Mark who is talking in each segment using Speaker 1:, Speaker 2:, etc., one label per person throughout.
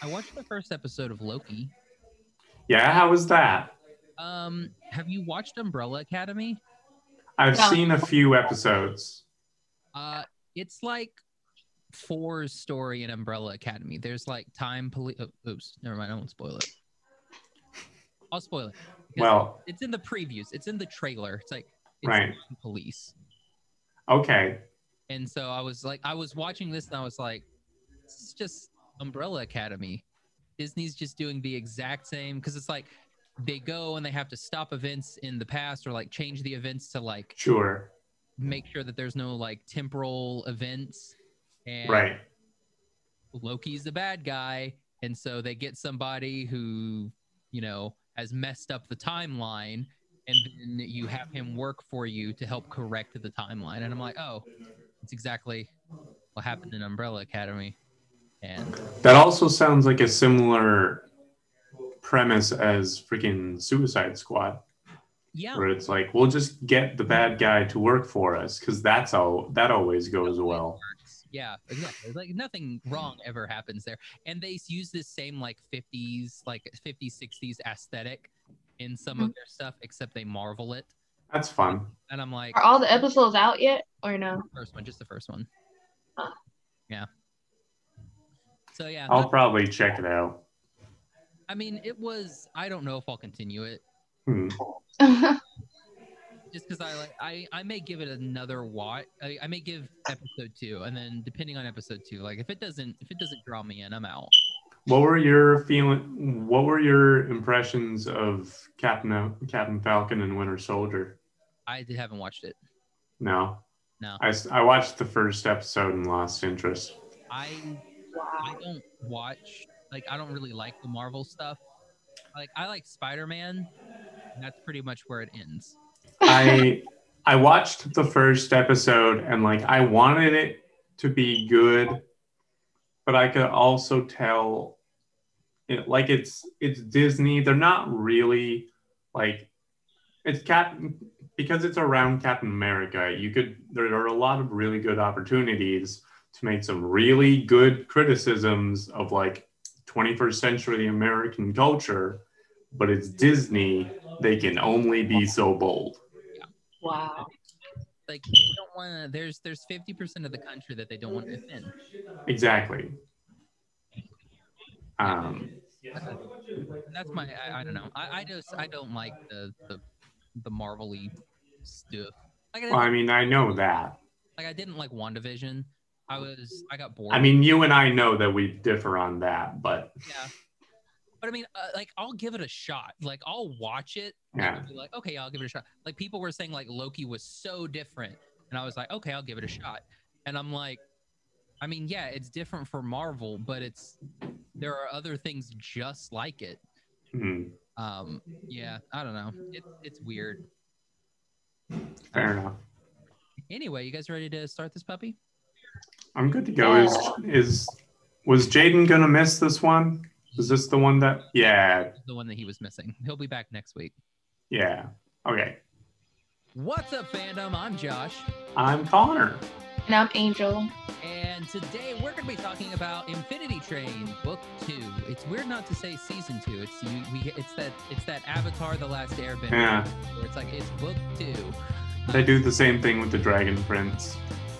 Speaker 1: I watched the first episode of Loki.
Speaker 2: Yeah, how was that?
Speaker 1: Um, have you watched Umbrella Academy?
Speaker 2: I've
Speaker 3: No.
Speaker 2: seen a few episodes.
Speaker 1: Uh, it's like Four's story in Umbrella Academy. There's like time police. Oh, oops, never mind. I won't spoil it. I'll spoil it. because
Speaker 2: Well,
Speaker 1: it's in the previews. It's in the trailer. It's like it's
Speaker 2: right.
Speaker 1: Time police.
Speaker 2: Okay.
Speaker 1: And so I was like, I was watching this and I was like, this is just Umbrella Academy. Disney's just doing the exact same because it's like they go and they have to stop events in the past or like change the events to like
Speaker 2: Sure.
Speaker 1: make sure that there's no like temporal events. And
Speaker 2: Right.
Speaker 1: Loki's the bad guy, and so they get somebody who, you know, has messed up the timeline, and then you have him work for you to help correct the timeline. And I'm like, oh, it's exactly what happened in Umbrella Academy. And
Speaker 2: That also sounds like a similar premise as freaking Suicide Squad,
Speaker 1: yeah,
Speaker 2: where it's like we'll just get the bad guy to work for us because that's how that always goes well.
Speaker 1: yeah, exactly. It's Like nothing wrong ever happens there, and they use this same like 50s, like 50s, 60s aesthetic in some of their stuff, except they marvel it.
Speaker 2: That's fun.
Speaker 1: And I'm like,
Speaker 3: Are all the episodes out yet or no?
Speaker 1: First one, just the first one.
Speaker 3: Ah.
Speaker 1: Yeah. So yeah,
Speaker 2: I'll
Speaker 1: not-
Speaker 2: probably check it out.
Speaker 1: I mean, it was. I don't know if I'll continue it,
Speaker 2: Hmm.
Speaker 1: just because I like. I I may give it another watch. I, I may give episode two, and then depending on episode two, like if it doesn't if it doesn't draw me in, I'm out.
Speaker 2: What were your feeling? What were your impressions of Captain Captain Falcon and Winter Soldier?
Speaker 1: I did- haven't watched it.
Speaker 2: No,
Speaker 1: No,
Speaker 2: I, s- I watched the first episode and lost interest.
Speaker 1: I I
Speaker 3: wow.
Speaker 1: don't watch like I don't really like the Marvel stuff. Like I like Spider Man. That's pretty much where it ends.
Speaker 2: I I watched the first episode and like I wanted it to be good, but I could also tell it like it's it's Disney. They're not really like it's Captain because it's around Captain America. You could there are a lot of really good opportunities to make some really good criticisms of like 21st century American culture, but it's Disney. They can only be so bold.
Speaker 3: Wow.
Speaker 1: Like they don't want to. There's there's fifty percent of the country that they don't want to defend.
Speaker 2: Exactly. Um,
Speaker 1: that's my I, I don't know I, I just I don't like the the the Marvel-y stuff like I,
Speaker 2: well,
Speaker 1: didn't,
Speaker 2: I mean, I know that.
Speaker 1: like I didn't like WandaVision I was I got bored
Speaker 2: I mean, you and I know that we differ on that, but
Speaker 1: yeah but I mean uh, like I'll give it a shot like I'll watch it and
Speaker 2: Yeah.
Speaker 1: I'll be like okay I'll give it a shot like people were saying like Loki was so different and I was like okay I'll give it a shot and I'm like I mean yeah it's different for Marvel but it's there are other things just like it
Speaker 2: hmm,
Speaker 1: um yeah I don't know it, it's weird
Speaker 2: fair enough.
Speaker 1: Anyway, you guys ready to start this puppy?
Speaker 2: I'm good to go. Is is was Jaden gonna miss this one? Is this the one that? Yeah,
Speaker 1: The one that he was missing. He'll be back next week.
Speaker 2: yeah. Okay,
Speaker 1: What's up, fandom? I'm Josh,
Speaker 2: I'm Connor.
Speaker 3: And I'm Angel.
Speaker 1: and today we're going to be talking about Infinity Train Book Two. It's weird not to say Season Two. It's you, we, it's that it's that Avatar: The Last Airbender.
Speaker 2: Yeah.
Speaker 1: Where it's like it's Book Two.
Speaker 2: They do the same thing with the Dragon Prince.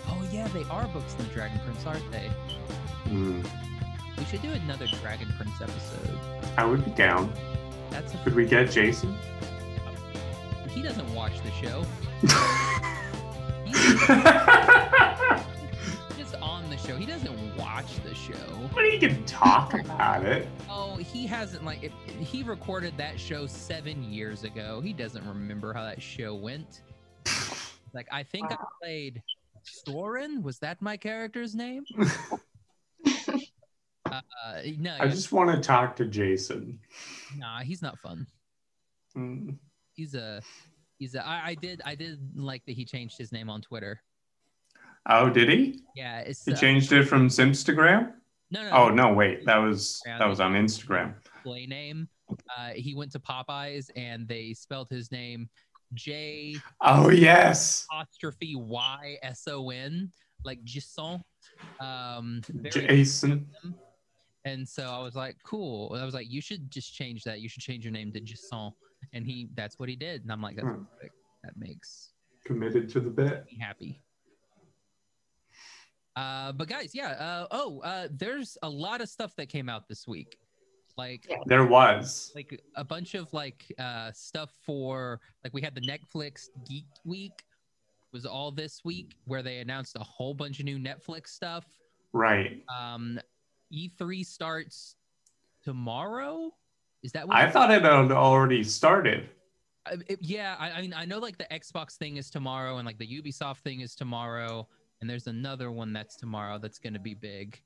Speaker 1: Oh yeah, they are books in the Dragon Prince, aren't they?
Speaker 2: Hmm,
Speaker 1: We should do another Dragon Prince episode.
Speaker 2: I would be down.
Speaker 1: That's
Speaker 2: Could we get Jason?
Speaker 1: a, he doesn't watch the show. He's
Speaker 2: but
Speaker 1: just on the show. He doesn't watch the show.
Speaker 2: he can talk about it.
Speaker 1: Oh, he hasn't like it, he recorded that show seven years ago. He doesn't remember how that show went. Like I think I played Soren. Was that my character's name? uh, no,
Speaker 2: I just want to talk to Jason.
Speaker 1: nah, he's not fun.
Speaker 2: Hmm.
Speaker 1: He's a he's a. I, I did I did like that he changed his name on Twitter.
Speaker 2: Oh, did he?
Speaker 1: Yeah, it's
Speaker 2: He
Speaker 1: uh,
Speaker 2: changed it from Simstagram?
Speaker 1: no no
Speaker 2: Oh no, wait, that was that was on Instagram.
Speaker 1: play name. Uh, he went to Popeyes and they spelled his name J
Speaker 2: Oh yes.
Speaker 1: apostrophe Y S O N, like Jason. Um, very
Speaker 2: Jason.
Speaker 1: And so I was like, cool. And I was like, you should just change that. You should change your name to Jason. And he, that's what he did. And I'm like, that's
Speaker 2: Hmm.
Speaker 1: perfect. That makes
Speaker 2: Committed to the bit.
Speaker 1: me happy. Uh, but guys, yeah. Uh, oh, uh, there's a lot of stuff that came out this week, like
Speaker 3: Yeah.
Speaker 2: There was.
Speaker 1: like a bunch of like uh, stuff for like we had the Netflix Geek Week was all this week where they announced a whole bunch of new Netflix stuff.
Speaker 2: Right.
Speaker 1: Um, E3 starts tomorrow. Is that what
Speaker 2: I thought it had already started.
Speaker 1: I- it- yeah, I, I mean, I know like the Xbox thing is tomorrow, and like the Ubisoft thing is tomorrow, and there's another one that's tomorrow that's going to be big.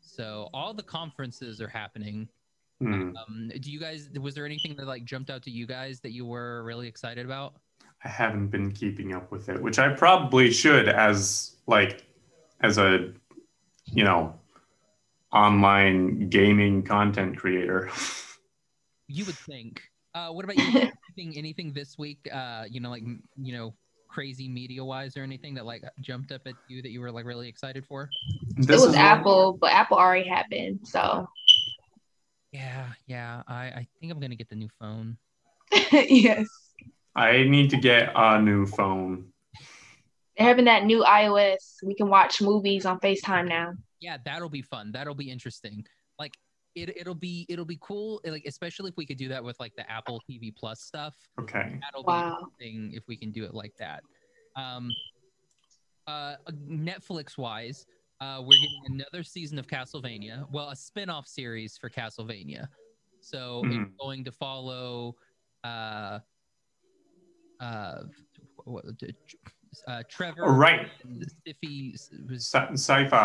Speaker 1: So all the conferences are happening.
Speaker 2: Hmm.
Speaker 1: Um, do you guys? Was there anything that like jumped out to you guys that you were really excited about?
Speaker 2: I haven't been keeping up with it, which I probably should as like as a you know online gaming content creator.
Speaker 1: You would think. Uh, what about you? anything, anything this week? Uh, you know, like m- you know, crazy media wise or anything that like jumped up at you that you were like really excited for?
Speaker 2: This
Speaker 3: it was
Speaker 2: is-
Speaker 3: Apple, but Apple already happened. So
Speaker 1: Yeah, yeah. I I think I'm gonna get the new phone.
Speaker 3: yes,
Speaker 2: I need to get a new phone.
Speaker 3: they're having that new iOS. We can watch movies on Facetime now.
Speaker 1: yeah that'll be fun that'll be interesting like it, it'll be it'll be cool like especially if we could do that with like the apple tv plus stuff
Speaker 2: Okay.
Speaker 1: that'll
Speaker 3: Wow.
Speaker 1: be interesting if we can do it like that um uh netflix wise uh we're getting another season of castlevania well a spin-off series for castlevania so it's
Speaker 2: Mhm.
Speaker 1: going to follow uh uh, what- uh trevor
Speaker 2: Right.
Speaker 1: and Siffy, was
Speaker 2: Sy- Sypha.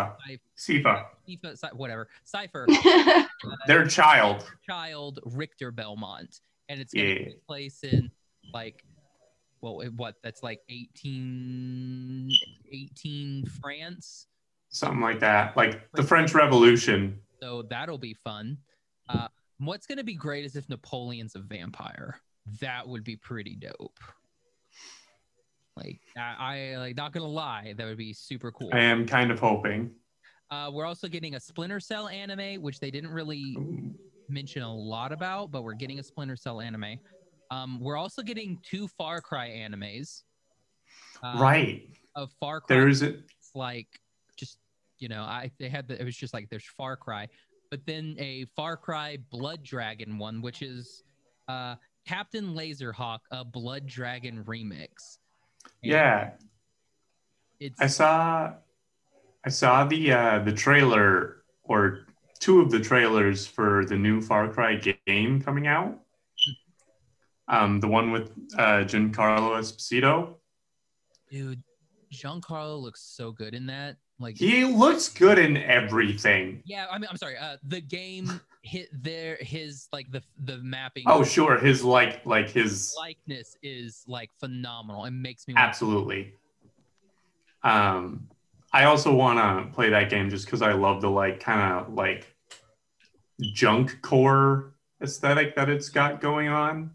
Speaker 2: Sypha.
Speaker 1: Sifa, Sy- whatever Cipher,
Speaker 3: Oh,
Speaker 2: Their child.
Speaker 1: child Richter Belmont, and it's going to
Speaker 2: Yeah.
Speaker 1: take place in like, well, it- what? That's like 18, 18 France.
Speaker 2: Something like that. Like the French Revolution.
Speaker 1: So that'll be fun. Uh, what's going to be great is if Napoleon's a vampire. That would be pretty dope. Like I, I like not gonna lie, that would be super cool.
Speaker 2: I am kind of hoping.
Speaker 1: Uh, we're also getting a Splinter Cell anime, which they didn't really mention a lot about, but we're getting a Splinter Cell anime. Um, we're also getting two Far Cry animes. Uh,
Speaker 2: Right.
Speaker 1: Of Far Cry,
Speaker 2: There's a
Speaker 1: it's like just you know, I they had the, it was just like there's Far Cry, but then a Far Cry Blood Dragon one, which is uh, Captain Laserhawk, a Blood Dragon remix. And
Speaker 2: yeah.
Speaker 1: it's
Speaker 2: I saw I saw the uh, the trailer or two of the trailers for the new Far Cry game coming out. Um, the one with uh, Giancarlo Esposito.
Speaker 1: dude, Giancarlo looks so good in that. Like
Speaker 2: He looks good in everything.
Speaker 1: Yeah, I mean, I'm sorry. Uh, the game hit their his like the the mapping
Speaker 2: Oh, sure, his like like his
Speaker 1: likeness is like phenomenal. It makes me want
Speaker 2: absolutely. Um, I also want to play that game just because I love the like kind of like junk core aesthetic that it's got going on.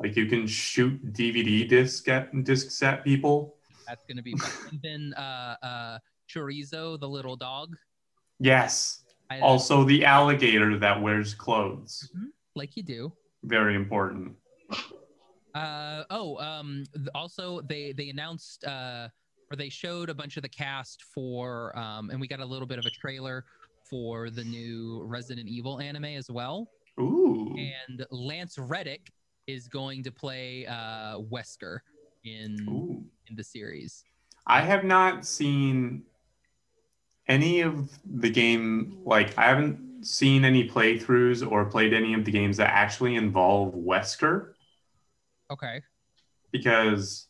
Speaker 2: Like you can shoot DVD disc at discs at people.
Speaker 1: that's gonna be. Fun. and then uh, uh, Chorizo, the little dog,
Speaker 2: Yes.
Speaker 1: I, uh,
Speaker 2: Also, the alligator that wears clothes.
Speaker 1: like you do.
Speaker 2: Very important.
Speaker 1: Uh, oh, um, th- also they they announced uh, or they showed a bunch of the cast for um, and we got a little bit of a trailer for the new Resident Evil anime as well.
Speaker 2: Ooh.
Speaker 1: and Lance Reddick is going to play uh, Wesker in
Speaker 2: Ooh.
Speaker 1: in the series.
Speaker 2: I have not seen any of the game, like, I haven't seen any playthroughs or played any of the games that actually involve Wesker
Speaker 1: Okay.
Speaker 2: because,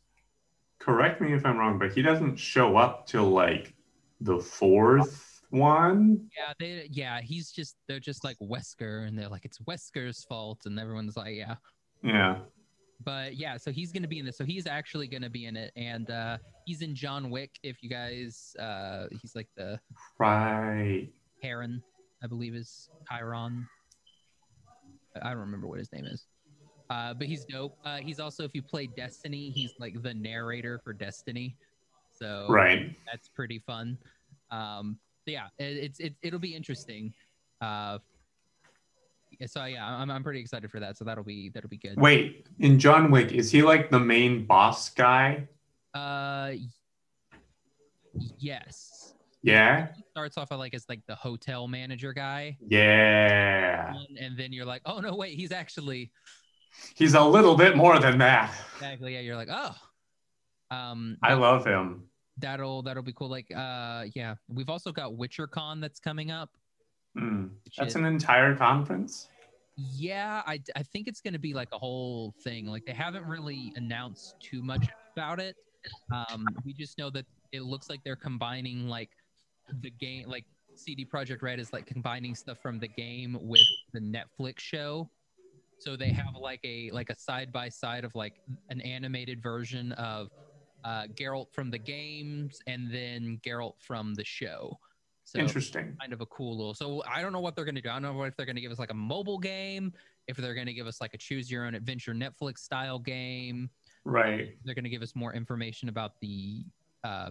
Speaker 2: correct me if I'm wrong, but he doesn't show up till like the fourth one.
Speaker 1: Yeah, they yeah, he's just they're just like Wesker and they're like it's Wesker's fault and everyone's like yeah.
Speaker 2: Yeah.
Speaker 1: But yeah, so he's going to be in this. So he's actually going to be in it and uh he's in John Wick if you guys uh he's like the
Speaker 2: Right.
Speaker 1: Heron, I believe is Chiron. I don't remember what his name is. Uh, but he's dope. Uh, he's also, if you play Destiny, he's like the narrator for Destiny. So
Speaker 2: Right.
Speaker 1: that's pretty fun. Um, so yeah, it, it's it, it'll be interesting. Uh, so yeah, I'm, I'm pretty excited for that. So that'll be that'll be good.
Speaker 2: Wait, in John Wick, is he like the main boss guy?
Speaker 1: Uh, y- yes.
Speaker 2: Yeah.
Speaker 1: He starts off like as like the hotel manager guy,
Speaker 2: Yeah.
Speaker 1: and then you're like, oh no, wait, he's actually
Speaker 2: He's a little bit more than that.
Speaker 1: exactly. Yeah, you're like, oh. Um,
Speaker 2: I love him.
Speaker 1: that'll that'll be cool. Like, uh, yeah, we've also got WitcherCon that's coming up.
Speaker 2: Hmm.
Speaker 1: which
Speaker 2: That's
Speaker 1: is-
Speaker 2: an entire conference.
Speaker 1: Yeah, I, I think it's going to be like a whole thing. Like they haven't really announced too much about it. Um, we just know that it looks like they're combining like the game, like CD Project Red is like combining stuff from the game with the Netflix show. So they have like a like a side by side of like an animated version of uh, Geralt from the games and then Geralt from the show. So
Speaker 2: Interesting.
Speaker 1: kind of a cool little. So I don't know what they're going to do. I don't know if they're going to give us like a mobile game, if they're going to give us like a choose your own adventure Netflix style game.
Speaker 2: Right.
Speaker 1: They're going to give us more information about the uh,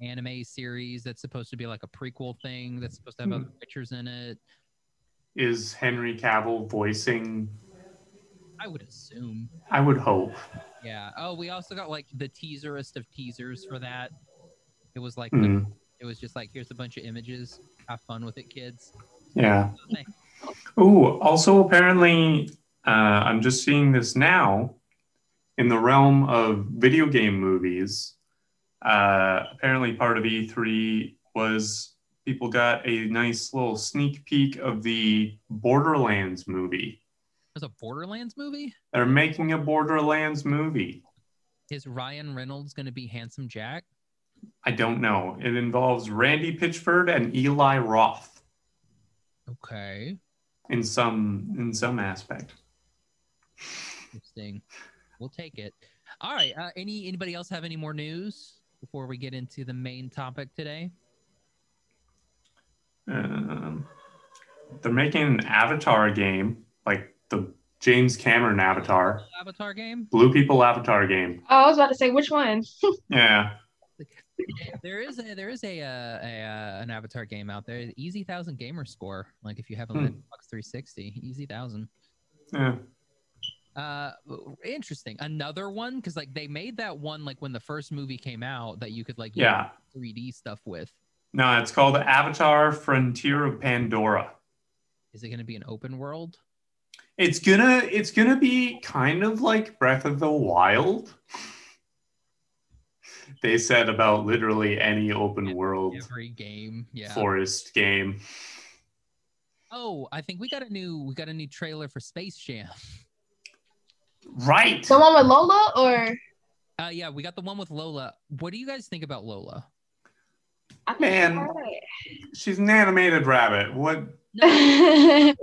Speaker 1: anime series that's supposed to be like a prequel thing that's supposed to have
Speaker 2: Hmm.
Speaker 1: other pictures in it.
Speaker 2: Is Henry Cavill voicing?
Speaker 1: I would assume.
Speaker 2: I would hope.
Speaker 1: Yeah. Oh, we also got like the teaserist of teasers for that. It was like
Speaker 2: Hmm.
Speaker 1: it was just like here's a bunch of images. Have fun with it, kids.
Speaker 2: Yeah.
Speaker 1: Okay.
Speaker 2: Oh, also apparently, uh, I'm just seeing this now. In the realm of video game movies, uh, apparently part of E3 was people got a nice little sneak peek of the Borderlands movie.
Speaker 1: There's a Borderlands movie.
Speaker 2: They're making a Borderlands movie.
Speaker 1: Is Ryan Reynolds going to be Handsome Jack?
Speaker 2: I don't know. It involves Randy Pitchford and Eli Roth
Speaker 1: Okay.
Speaker 2: in some in some aspect.
Speaker 1: Interesting. We'll take it. All right. Uh, any anybody else have any more news before we get into the main topic today?
Speaker 2: Um, they're making an Avatar game, like the James Cameron Avatar,
Speaker 1: Avatar game.
Speaker 2: Blue People Avatar game.
Speaker 3: Oh, I was about to say which one.
Speaker 2: Yeah,
Speaker 1: There is a there is a, uh, a uh, an Avatar game out there. Easy thousand gamer score. Like if you have a
Speaker 2: Hmm.
Speaker 1: Xbox 360, easy thousand.
Speaker 2: yeah.
Speaker 1: Uh, interesting. Another one because like they made that one like when the first movie came out that you could like use
Speaker 2: yeah.
Speaker 1: 3D stuff with.
Speaker 2: No, it's called Avatar: Frontier of Pandora.
Speaker 1: Is it going to be an open world?
Speaker 2: It's gonna, it's gonna be kind of like Breath of the Wild. They said about literally any open world
Speaker 1: Every game, yeah.
Speaker 2: forest game.
Speaker 1: Oh, I think we got a new we got a new trailer for Space Jam.
Speaker 2: Right.
Speaker 3: The one with Lola or
Speaker 1: Uh, yeah, we got the one with Lola. What do you guys think about Lola?
Speaker 3: I think
Speaker 2: Man.
Speaker 3: I heard it.
Speaker 2: She's an animated rabbit. What?
Speaker 1: No,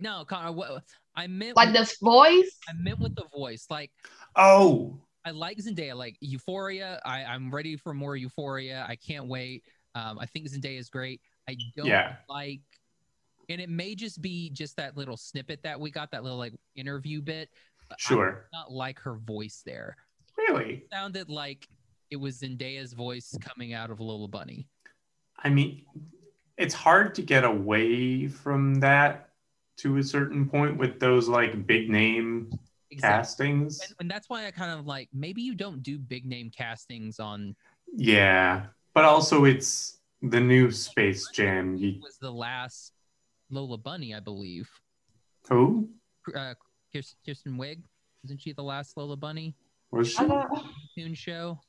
Speaker 1: no, Connor. What, I meant
Speaker 3: like this voice.
Speaker 1: I meant with the voice. Like
Speaker 2: Oh,
Speaker 1: I like Zendaya. Like Euphoria. I I'm ready for more Euphoria. I can't wait. Um, I think Zendaya is great. I don't
Speaker 2: Yeah.
Speaker 1: like, and it may just be just that little snippet that we got, that little like interview bit. but I
Speaker 2: sure.
Speaker 1: did not like her voice there.
Speaker 2: Really?
Speaker 1: sounded like it was Zendaya's voice coming out of Lola Bunny.
Speaker 2: I mean, it's hard to get away from that to a certain point with those like big name castings.
Speaker 1: And, and that's why I kind of like maybe you don't do big name castings on
Speaker 2: Yeah. But also, it's the new Space Jam.
Speaker 1: it
Speaker 2: You-
Speaker 1: was the last Lola Bunny, I believe.
Speaker 2: Who?
Speaker 1: Uh, Kirsten, Kirsten Wig wasn't she the last Lola Bunny
Speaker 2: Was she?
Speaker 3: I thought,
Speaker 1: tune show?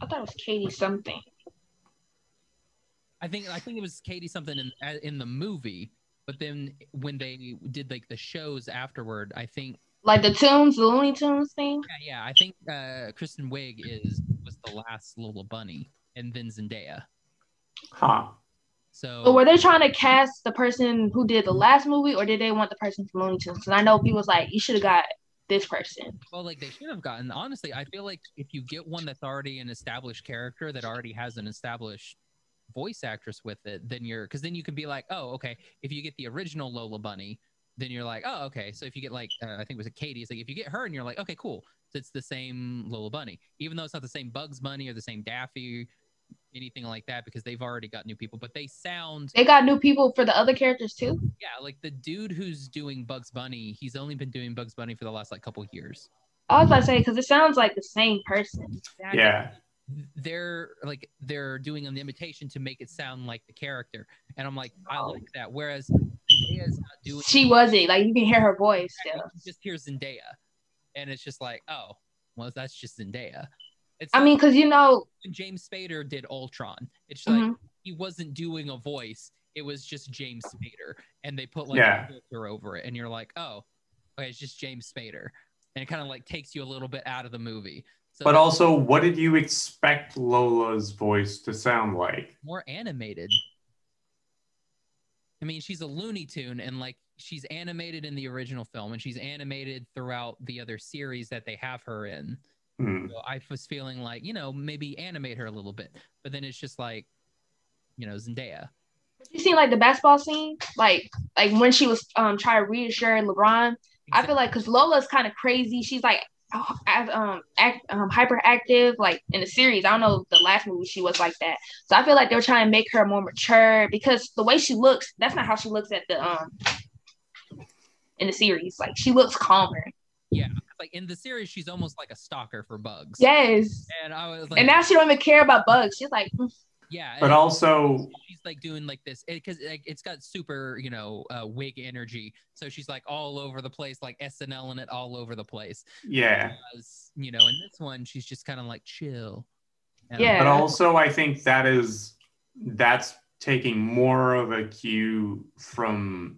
Speaker 3: I thought it was Katie something.
Speaker 1: I think I think it was Katie something in uh, in the movie, but then when they did like the shows afterward, I think
Speaker 3: Like the tunes, the Looney Tunes thing.
Speaker 1: yeah, yeah I think uh, Kristen Wig is was the last Lola Bunny, and then Zendaya.
Speaker 2: Huh.
Speaker 1: So
Speaker 3: But Oh, were they trying to cast the person who did the last movie, or did they want the person from Looney Tunes? And I know people was like, you should have got this person.
Speaker 1: Well, like they should have gotten. Honestly, I feel like if you get one that's already an established character that already has an established voice actress with it, then you're because then you can be like, oh, okay. If you get the original Lola Bunny, then you're like, oh, okay. So if you get like, uh, I think it was a Katie, it's like if you get her and you're like, okay, cool. So it's the same Lola Bunny, even though it's not the same Bugs Bunny or the same Daffy anything like that because they've already got new people, but they sound
Speaker 3: They got new people for the other characters too.
Speaker 1: yeah, like the dude who's doing Bugs Bunny, he's only been doing Bugs Bunny for the last like couple years.
Speaker 3: I was about to say because it sounds like the same person.
Speaker 2: Yeah.
Speaker 1: They're like they're doing an imitation to make it sound like the character. And I'm like, I
Speaker 3: Oh.
Speaker 1: like that. Whereas Zendaya's not doing
Speaker 3: She wasn't like you can hear her voice still.
Speaker 1: you just hear Zendaya. And it's just like, oh, well, that's just Zendaya. It's
Speaker 3: I
Speaker 1: like
Speaker 3: mean, because you know,
Speaker 1: when James Spader did Ultron. It's just like
Speaker 3: mhm.
Speaker 1: he wasn't doing a voice. It was just James Spader, and they put like
Speaker 2: Yeah.
Speaker 1: a filter over it, and you're like, oh, okay, it's just James Spader, and it kind of like takes you a little bit out of the movie. So
Speaker 2: But
Speaker 1: that's
Speaker 2: also, what did you expect Lola's voice to sound like?
Speaker 1: more animated. I mean, she's a Looney Tune, and like she's animated in the original film, and she's animated throughout the other series that they have her in.
Speaker 2: Hmm.
Speaker 1: So I was feeling like, you know, maybe animate her a little bit, but then it's just like, you know, Zendaya.
Speaker 3: you seen like the basketball scene, like like when she was um trying to reassure LeBron. I feel like because Lola's kind of crazy. She's like oh, act- um, act, um hyperactive, like in the series. I don't know if the last movie she was like that. So I feel like they're trying to make her more mature because the way she looks, that's not how she looks at the um in the series. Like she looks calmer.
Speaker 1: like in the series, she's almost like a stalker for bugs.
Speaker 3: Yes.
Speaker 1: And I was like,
Speaker 3: And now she don't even care about bugs. She's like, mm,
Speaker 1: yeah.
Speaker 2: But
Speaker 1: and
Speaker 2: also,
Speaker 1: she's like doing like this because like, it's got super, you know, uh, wig energy. So she's like all over the place, like SNL in it all over the place.
Speaker 2: yeah.
Speaker 1: Whereas, you know, in this one, she's just kind of like chill. And I'm
Speaker 3: Yeah.
Speaker 2: But also, I think that is that's taking more of a cue from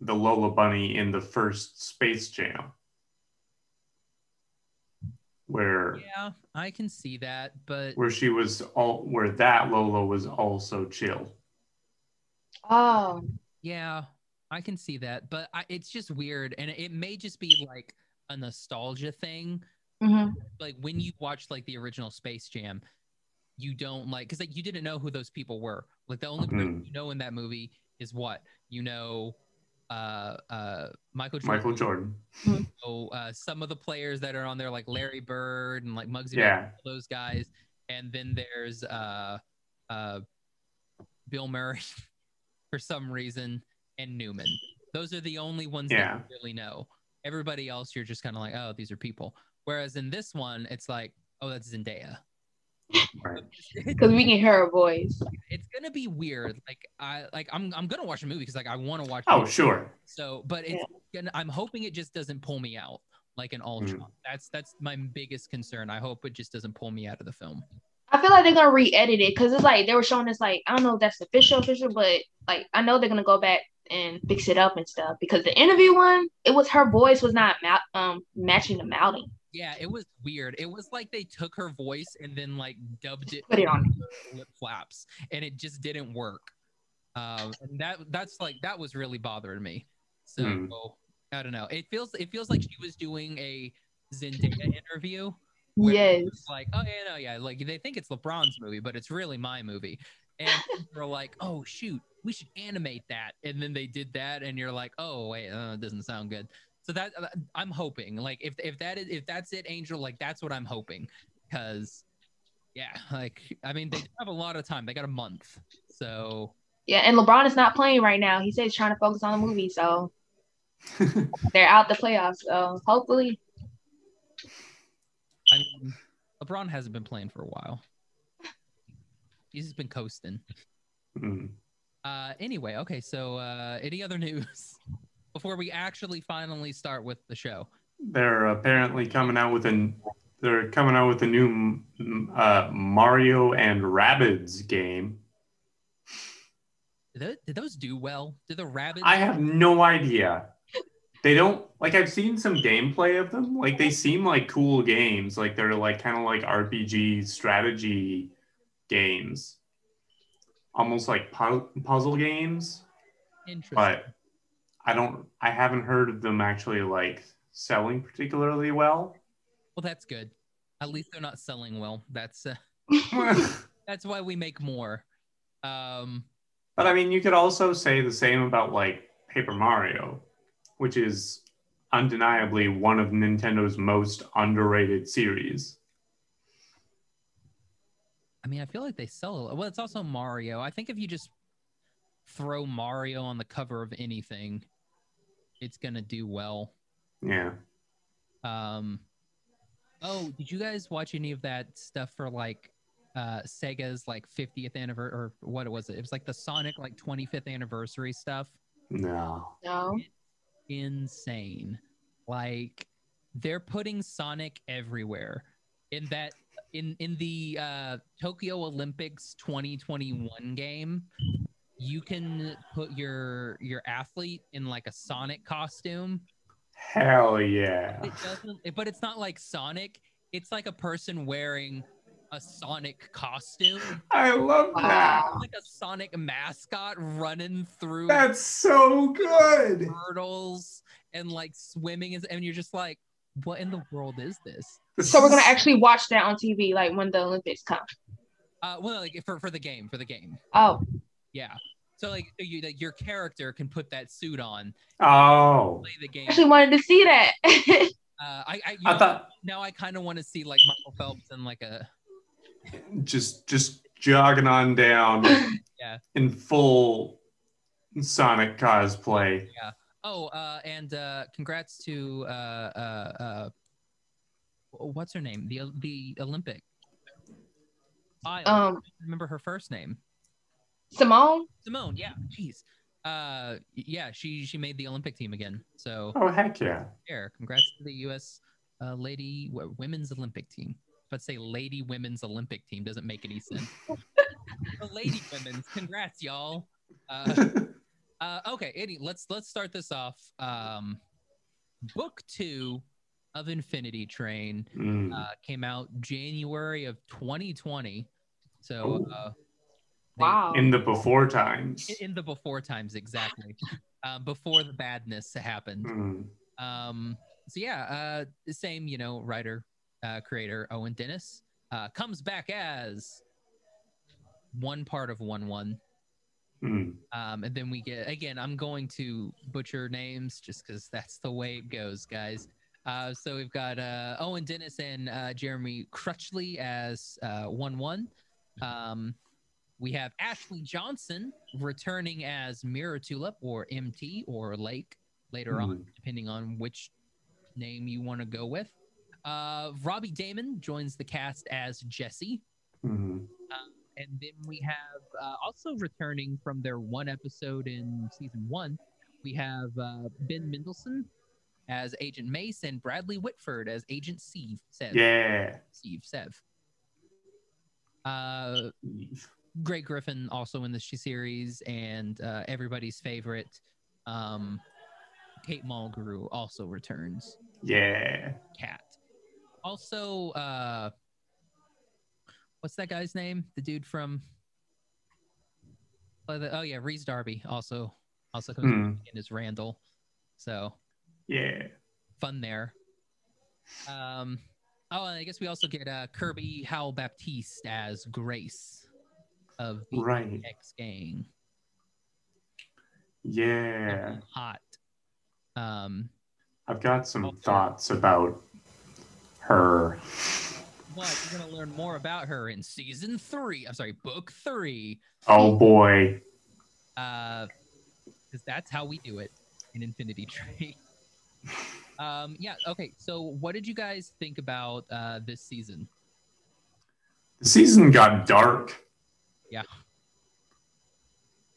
Speaker 2: the Lola Bunny in the first Space Jam, where
Speaker 1: like, yeah, I can see that. But
Speaker 2: where she was all where that Lola was also chill.
Speaker 3: oh,
Speaker 1: yeah, I can see that. But I, it's just weird. And it may just be like a nostalgia thing.
Speaker 3: hmm
Speaker 1: like when you watch like the original Space Jam, you don't like because like you didn't know who those people were. Like the only person
Speaker 2: Mm.
Speaker 1: you know in that movie is what you know, uh, uh, Michael Jordan,
Speaker 2: Michael Jordan.
Speaker 1: know, uh, some of the players that are on there like Larry Bird and like Muggsy,
Speaker 2: Yeah.
Speaker 1: Bogues, those guys, and then there's uh, uh, Bill Murray for some reason and Newman. Those are the only ones that
Speaker 2: Yeah.
Speaker 1: you really know. Everybody else, you're just kind of like, oh, these are people. Whereas in this one, it's like, oh, that's Zendaya.
Speaker 2: Right.
Speaker 3: because we can hear her voice.
Speaker 1: it's gonna be weird. Like I like I'm I'm gonna watch a movie because like I want to watch. the
Speaker 2: Oh,
Speaker 1: movie.
Speaker 2: sure.
Speaker 1: So, but it's gonna, I'm hoping it just doesn't pull me out like an Ultron.
Speaker 2: Mm.
Speaker 1: That's that's my biggest concern. I hope it just doesn't pull me out of the film.
Speaker 3: I feel like they're gonna re-edit it because it's like they were showing this like I don't know if that's official official, but like I know they're gonna go back and fix it up and stuff because the interview one, it was her voice was not mou- um matching the mouthing.
Speaker 1: Yeah, it was weird. It was like they took her voice and then like dubbed it
Speaker 3: Put it on.
Speaker 1: her lip flaps, and it just didn't work. Um, and that that's like that was really bothering me. So
Speaker 2: Hmm.
Speaker 1: I don't know. It feels it feels like she was doing a Zendaya interview. Where-
Speaker 3: Yes,
Speaker 1: like, oh yeah, no, yeah, like they think it's LeBron's movie, but it's really my movie. And they're like, oh shoot, we should animate that. And then they did that, and you're like, oh wait, uh, it doesn't sound good. So that uh, I'm hoping, like, if if that is if that's it, Angel, like that's what I'm hoping, because yeah, like I mean, they have a lot of time. They got a month, so
Speaker 3: yeah. And LeBron is not playing right now. He says he's trying to focus on the movie, so they're out the playoffs. So hopefully,
Speaker 1: I mean, LeBron hasn't been playing for a while. He's just been coasting.
Speaker 2: Mm.
Speaker 1: Uh, anyway, okay. So, uh, any other news before we actually finally start with the show?
Speaker 2: They're apparently coming out with an they're coming out with a new mm, uh, Mario and Rabbids game.
Speaker 1: Did, tho- did those do well? Did the rabbits?
Speaker 2: I have no idea. They don't like I've seen some gameplay of them. Like they seem like cool games. Like they're like kind of like RPG strategy games. Almost like pu- puzzle games,
Speaker 1: Interesting.
Speaker 2: but I don't I haven't heard of them actually like selling particularly well.
Speaker 1: Well, that's good. At least they're not selling well. That's uh, that's why we make more. Um,
Speaker 2: But I mean, you could also say the same about like Paper Mario, which is undeniably one of Nintendo's most underrated series.
Speaker 1: I mean, I feel like they sell a lot. Well, it's also Mario. I think if you just throw Mario on the cover of anything, it's gonna do well.
Speaker 2: Yeah.
Speaker 1: Um, oh, did you guys watch any of that stuff for like uh, Sega's like 50th anniversary or what was it? It was like the Sonic like 25th anniversary stuff.
Speaker 2: No.
Speaker 3: No.
Speaker 1: Insane. Like they're putting Sonic everywhere. In that in in the uh, Tokyo Olympics 2021 game, you can put your your athlete in like a Sonic costume
Speaker 2: Hell yeah.
Speaker 1: it doesn't it- but it's not like sonic it's like a person wearing a sonic costume
Speaker 2: I love that.
Speaker 3: Wow.
Speaker 1: like a sonic mascot running through
Speaker 2: That's so good.
Speaker 1: hurdles and like swimming is, and you're just like what in the world is this
Speaker 3: Uh, So we're gonna actually watch that on TV, like when the Olympics come.
Speaker 1: uh well like for for the game for the game
Speaker 3: Oh,
Speaker 1: yeah so like you like your character can put that suit on
Speaker 2: Oh.
Speaker 1: play the game
Speaker 3: I actually wanted to see that.
Speaker 1: uh i i, you
Speaker 2: I
Speaker 1: know,
Speaker 2: thought
Speaker 1: now i kind of want to see like michael phelps and like a
Speaker 2: just just jogging on down
Speaker 1: Yeah.
Speaker 2: in full Sonic cosplay.
Speaker 1: Oh, uh, and uh, congrats to uh, uh, uh, what's her name? The the Olympic. I
Speaker 3: um,
Speaker 1: remember her first name.
Speaker 3: Simone.
Speaker 1: Simone. Yeah. Jeez. Uh, yeah. She she made the Olympic team again. So
Speaker 2: Oh heck yeah.
Speaker 1: there. Congrats to the U.S. Uh, lady w- women's Olympic team. But say lady women's Olympic team doesn't make any sense. the lady women's. Congrats, y'all. Uh, Uh, okay, Eddie, let's let's start this off. Um, book two of Infinity Train
Speaker 2: Mm.
Speaker 1: uh, came out January of 2020, so uh, they-
Speaker 3: Wow.
Speaker 2: In the before times.
Speaker 1: in- in the before times exactly, uh, before the badness happened.
Speaker 2: Mm.
Speaker 1: Um, so yeah, uh, the same you know writer, uh, creator Owen Dennis uh, comes back as one part of one one.
Speaker 2: Mm.
Speaker 1: Um, and then we get again. I'm going to butcher names just because that's the way it goes, guys. Uh, so we've got uh, Owen Dennis and uh, Jeremy Crutchley as uh, one one. Um, we have Ashley Johnson returning as Mirror Tulip or MT or Lake later on, depending on which name you want to go with. Uh, Robbie Damon joins the cast as Jesse.
Speaker 2: Mm.
Speaker 1: And then we have uh, also returning from their one episode in season one, we have uh, Ben Mendelsohn as Agent Mace and Bradley Whitford as Agent Steve Sev.
Speaker 2: Yeah.
Speaker 1: Steve Sev. Uh, Greg Griffin also in the sh- series, and uh, everybody's favorite, um, Kate Mulgrew also returns
Speaker 2: Yeah.
Speaker 1: cat. Also, uh, what's that guy's name? The dude from. Oh, the- oh, yeah, Reese Darby also also comes
Speaker 2: Mm.
Speaker 1: in as Randall. So
Speaker 2: Yeah.
Speaker 1: fun there. Um, oh, and I guess we also get uh, Kirby Howell Baptiste as Grace of the
Speaker 2: Right.
Speaker 1: X Gang.
Speaker 2: Yeah.
Speaker 1: Hot. Um,
Speaker 2: I've got some thoughts about her.
Speaker 1: but we're gonna learn more about her in season three. I'm sorry, book three.
Speaker 2: Oh boy.
Speaker 1: because Uh, that's how we do it in Infinity Train. um, yeah. Okay. So, what did you guys think about uh, this season?
Speaker 2: The season got dark.
Speaker 1: Yeah.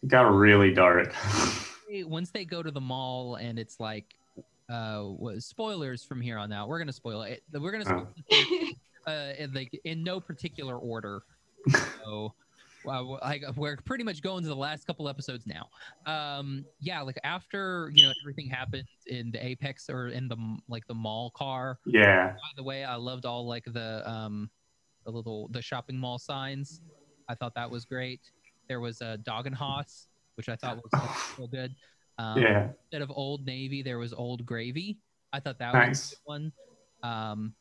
Speaker 2: It got really dark.
Speaker 1: They- Once they go to the mall and it's like, uh, what, spoilers from here on out. We're gonna spoil it. We're gonna spoil it, uh, in, like in no particular order. So. Well, I, we're pretty much going to the last couple episodes now. Um, yeah, like after you know everything happened in the apex or in the like the mall car,
Speaker 2: yeah.
Speaker 1: by the way i loved all like the um the little the shopping mall signs i thought that was great there was a dog and hoss which i thought was like, real good um,
Speaker 2: Yeah.
Speaker 1: instead of old navy there was old gravy i thought that was
Speaker 2: Nice.
Speaker 1: a good one um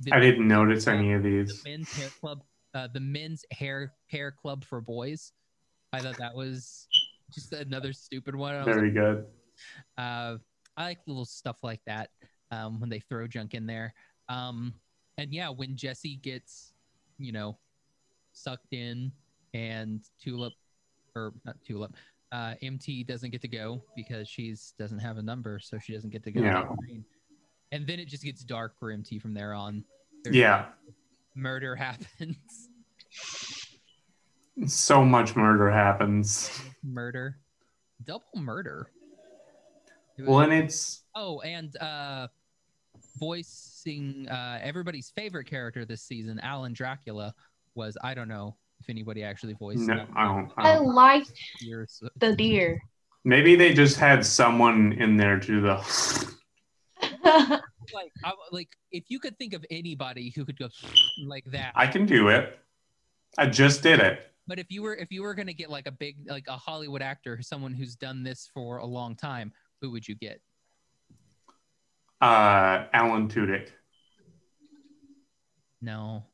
Speaker 1: the,
Speaker 2: I didn't notice any of
Speaker 1: the
Speaker 2: these.
Speaker 1: men's hair club uh, the men's hair care club for boys i thought that was just another stupid one I was
Speaker 2: Very good.
Speaker 1: uh, I like little stuff like that um, when they throw junk in there. Um, and yeah, when Jesse gets, you know, sucked in, and Tulip, or not Tulip, uh, MT doesn't get to go because she's doesn't have a number, so she doesn't get to go.
Speaker 2: Yeah.
Speaker 1: And then it just gets dark for MT from there on. There's-
Speaker 2: Yeah.
Speaker 1: Murder happens.
Speaker 2: So much murder happens.
Speaker 1: murder. Double murder. It was-
Speaker 2: Well, and it's
Speaker 1: Oh, and uh, voicing uh, everybody's favorite character this season, Alan Dracula, was I don't know if anybody actually voiced
Speaker 2: no,
Speaker 1: that
Speaker 2: I don't. I
Speaker 3: I
Speaker 2: don't.
Speaker 3: liked
Speaker 1: year or so-
Speaker 3: the deer.
Speaker 2: Maybe they just had someone in there too, though.
Speaker 1: Like, I, like if you could think of anybody who could go like that,
Speaker 2: I can do it. I just did it.
Speaker 1: but if you were if you were gonna get like a big like a Hollywood actor, someone who's done this for a long time, who would you get?
Speaker 2: Uh, Alan Tudyk.
Speaker 1: No,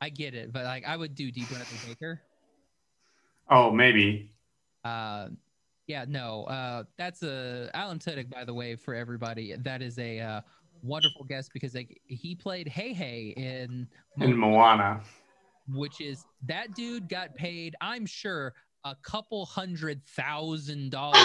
Speaker 1: I get it, but like I would do Deep Jonathan Baker.
Speaker 2: Oh, maybe.
Speaker 1: uh yeah no uh that's a alan tudyk by the way for everybody that is a uh, wonderful guest because like he played hey hey in
Speaker 2: In
Speaker 1: Mo-
Speaker 2: Moana.
Speaker 1: which is that dude got paid i'm sure a couple hundred thousand dollars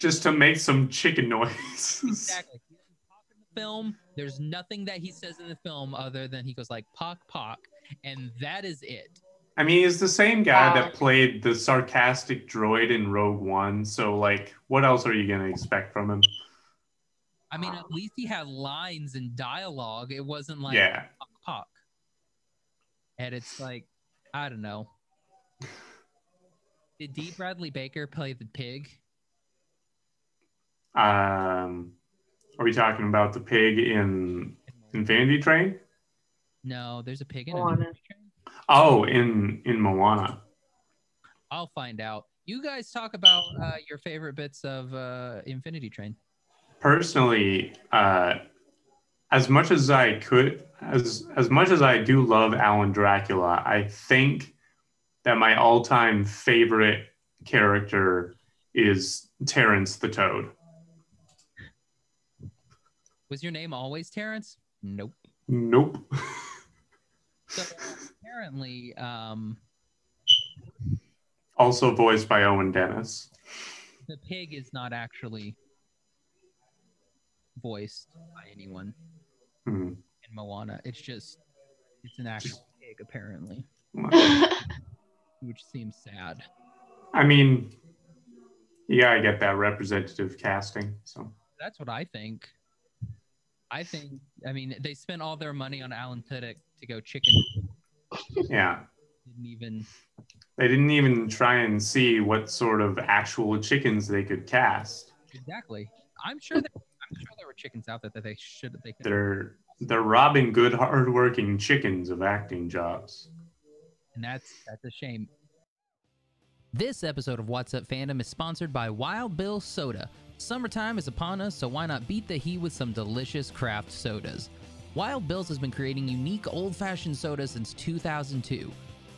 Speaker 2: Just to make some chicken noises.
Speaker 1: exactly He doesn't talk in the film there's nothing that he says in the film other than he goes like pock pock and that is it
Speaker 2: I mean, he's the same guy
Speaker 3: Wow.
Speaker 2: that played the sarcastic droid in Rogue One. So, like, what else are you going to expect from him?
Speaker 1: i mean at least he had lines and dialogue it wasn't like
Speaker 2: yeah.
Speaker 1: Puck Puck. And it's like, I don't know. Did D. Bradley Baker play the pig?
Speaker 2: Um, are we talking about the pig in Infinity Train?
Speaker 1: No, there's a pig in
Speaker 3: Moana.
Speaker 1: it.
Speaker 2: Oh, in in Moana.
Speaker 1: I'll find out. You guys talk about uh, your favorite bits of uh, Infinity Train.
Speaker 2: Personally, uh, as much as I could, as as much as I do love Alan Dracula, I think that my all-time favorite character is Terrence the Toad.
Speaker 1: Was your name always Terrence? Nope.
Speaker 2: Nope.
Speaker 1: So apparently, um,
Speaker 2: Also voiced by Owen Dennis.
Speaker 1: the pig is not actually voiced by anyone
Speaker 2: Hmm.
Speaker 1: in Moana. It's just, it's an actual pig, apparently, which seems sad.
Speaker 2: I mean, you gotta get that representative casting. So
Speaker 1: That's what I think. I think. I mean, they spent all their money on Alan Tudyk to go chicken.
Speaker 2: yeah.
Speaker 1: Didn't even.
Speaker 2: They didn't even try and see what sort of actual chickens they could cast.
Speaker 1: Exactly. I'm sure. There, I'm sure there were chickens out there that they should. They could.
Speaker 2: They're they're robbing good, hardworking chickens of acting jobs.
Speaker 1: and that's that's a shame. This episode of What's Up Fandom is sponsored by Wild Bill Soda. Summertime is upon us, so why not beat the heat with some delicious craft sodas? Wild Bill's has been creating unique old fashioned sodas since 2002.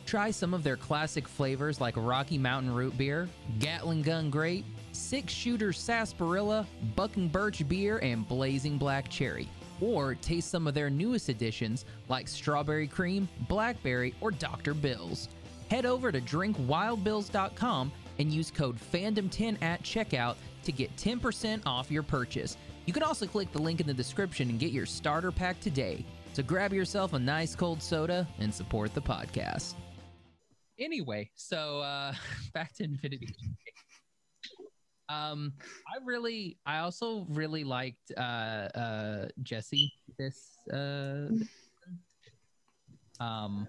Speaker 1: Try some of their classic flavors like Rocky Mountain Root Beer, Gatling Gun Grape, Six Shooter Sarsaparilla, Bucking Birch Beer, and Blazing Black Cherry. Or taste some of their newest additions like Strawberry Cream, Blackberry, or Dr. Bill's. Head over to drinkwildbills.com and use code FANDOM10 at checkout to get 10% off your purchase. You can also click the link in the description and get your starter pack today. So grab yourself a nice cold soda and support the podcast. Anyway, so uh, back to Infinity. Um, I really, I also really liked uh, uh, Jesse this. Uh, um,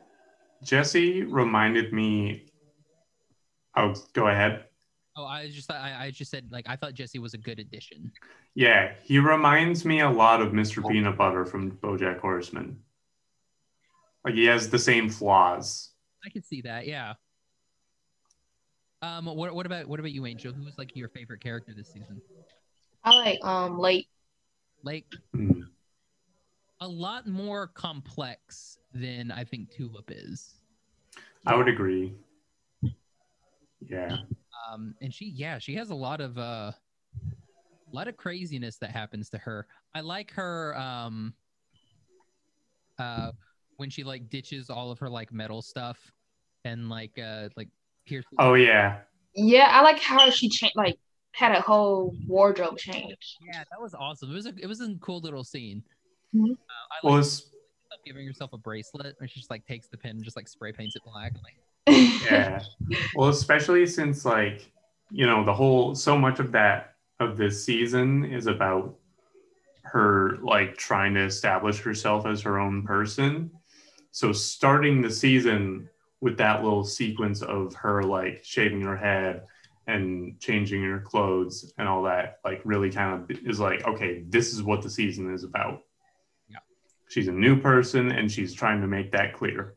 Speaker 2: Jesse reminded me. Oh, go ahead.
Speaker 1: oh, I just thought I, I just said like I thought Jesse was a good addition.
Speaker 2: Yeah, he reminds me a lot of Mr. Peanut Butter from BoJack Horseman. Like he has the same flaws.
Speaker 1: I could see that, yeah. Um, what what about what about you, Angel? Who was like your favorite character this season?
Speaker 3: I like um late.
Speaker 1: Like
Speaker 2: Hmm.
Speaker 1: a lot more complex than I think Tulip is.
Speaker 2: I would agree. Yeah.
Speaker 1: um and she yeah she has a lot of uh a lot of craziness that happens to her i like her um uh when she like ditches all of her like metal stuff and like uh like Pierce.
Speaker 2: Oh yeah.
Speaker 3: Yeah, I like how she changed, like had a whole wardrobe change.
Speaker 1: yeah, that was awesome. It was a it was a cool little scene. Uh,
Speaker 3: Mhm.
Speaker 1: I
Speaker 2: Well,
Speaker 1: like
Speaker 2: it's,
Speaker 1: giving herself a bracelet, and she just like takes the pin and just like spray paints it black. Like,
Speaker 2: yeah. well, especially since like you know the whole so much of that of this season is about her like trying to establish herself as her own person. So starting the season with that little sequence of her like shaving her head and changing her clothes and all that like really kind of is like okay this is what the season is about
Speaker 1: Yeah.
Speaker 2: she's a new person and she's trying to make that clear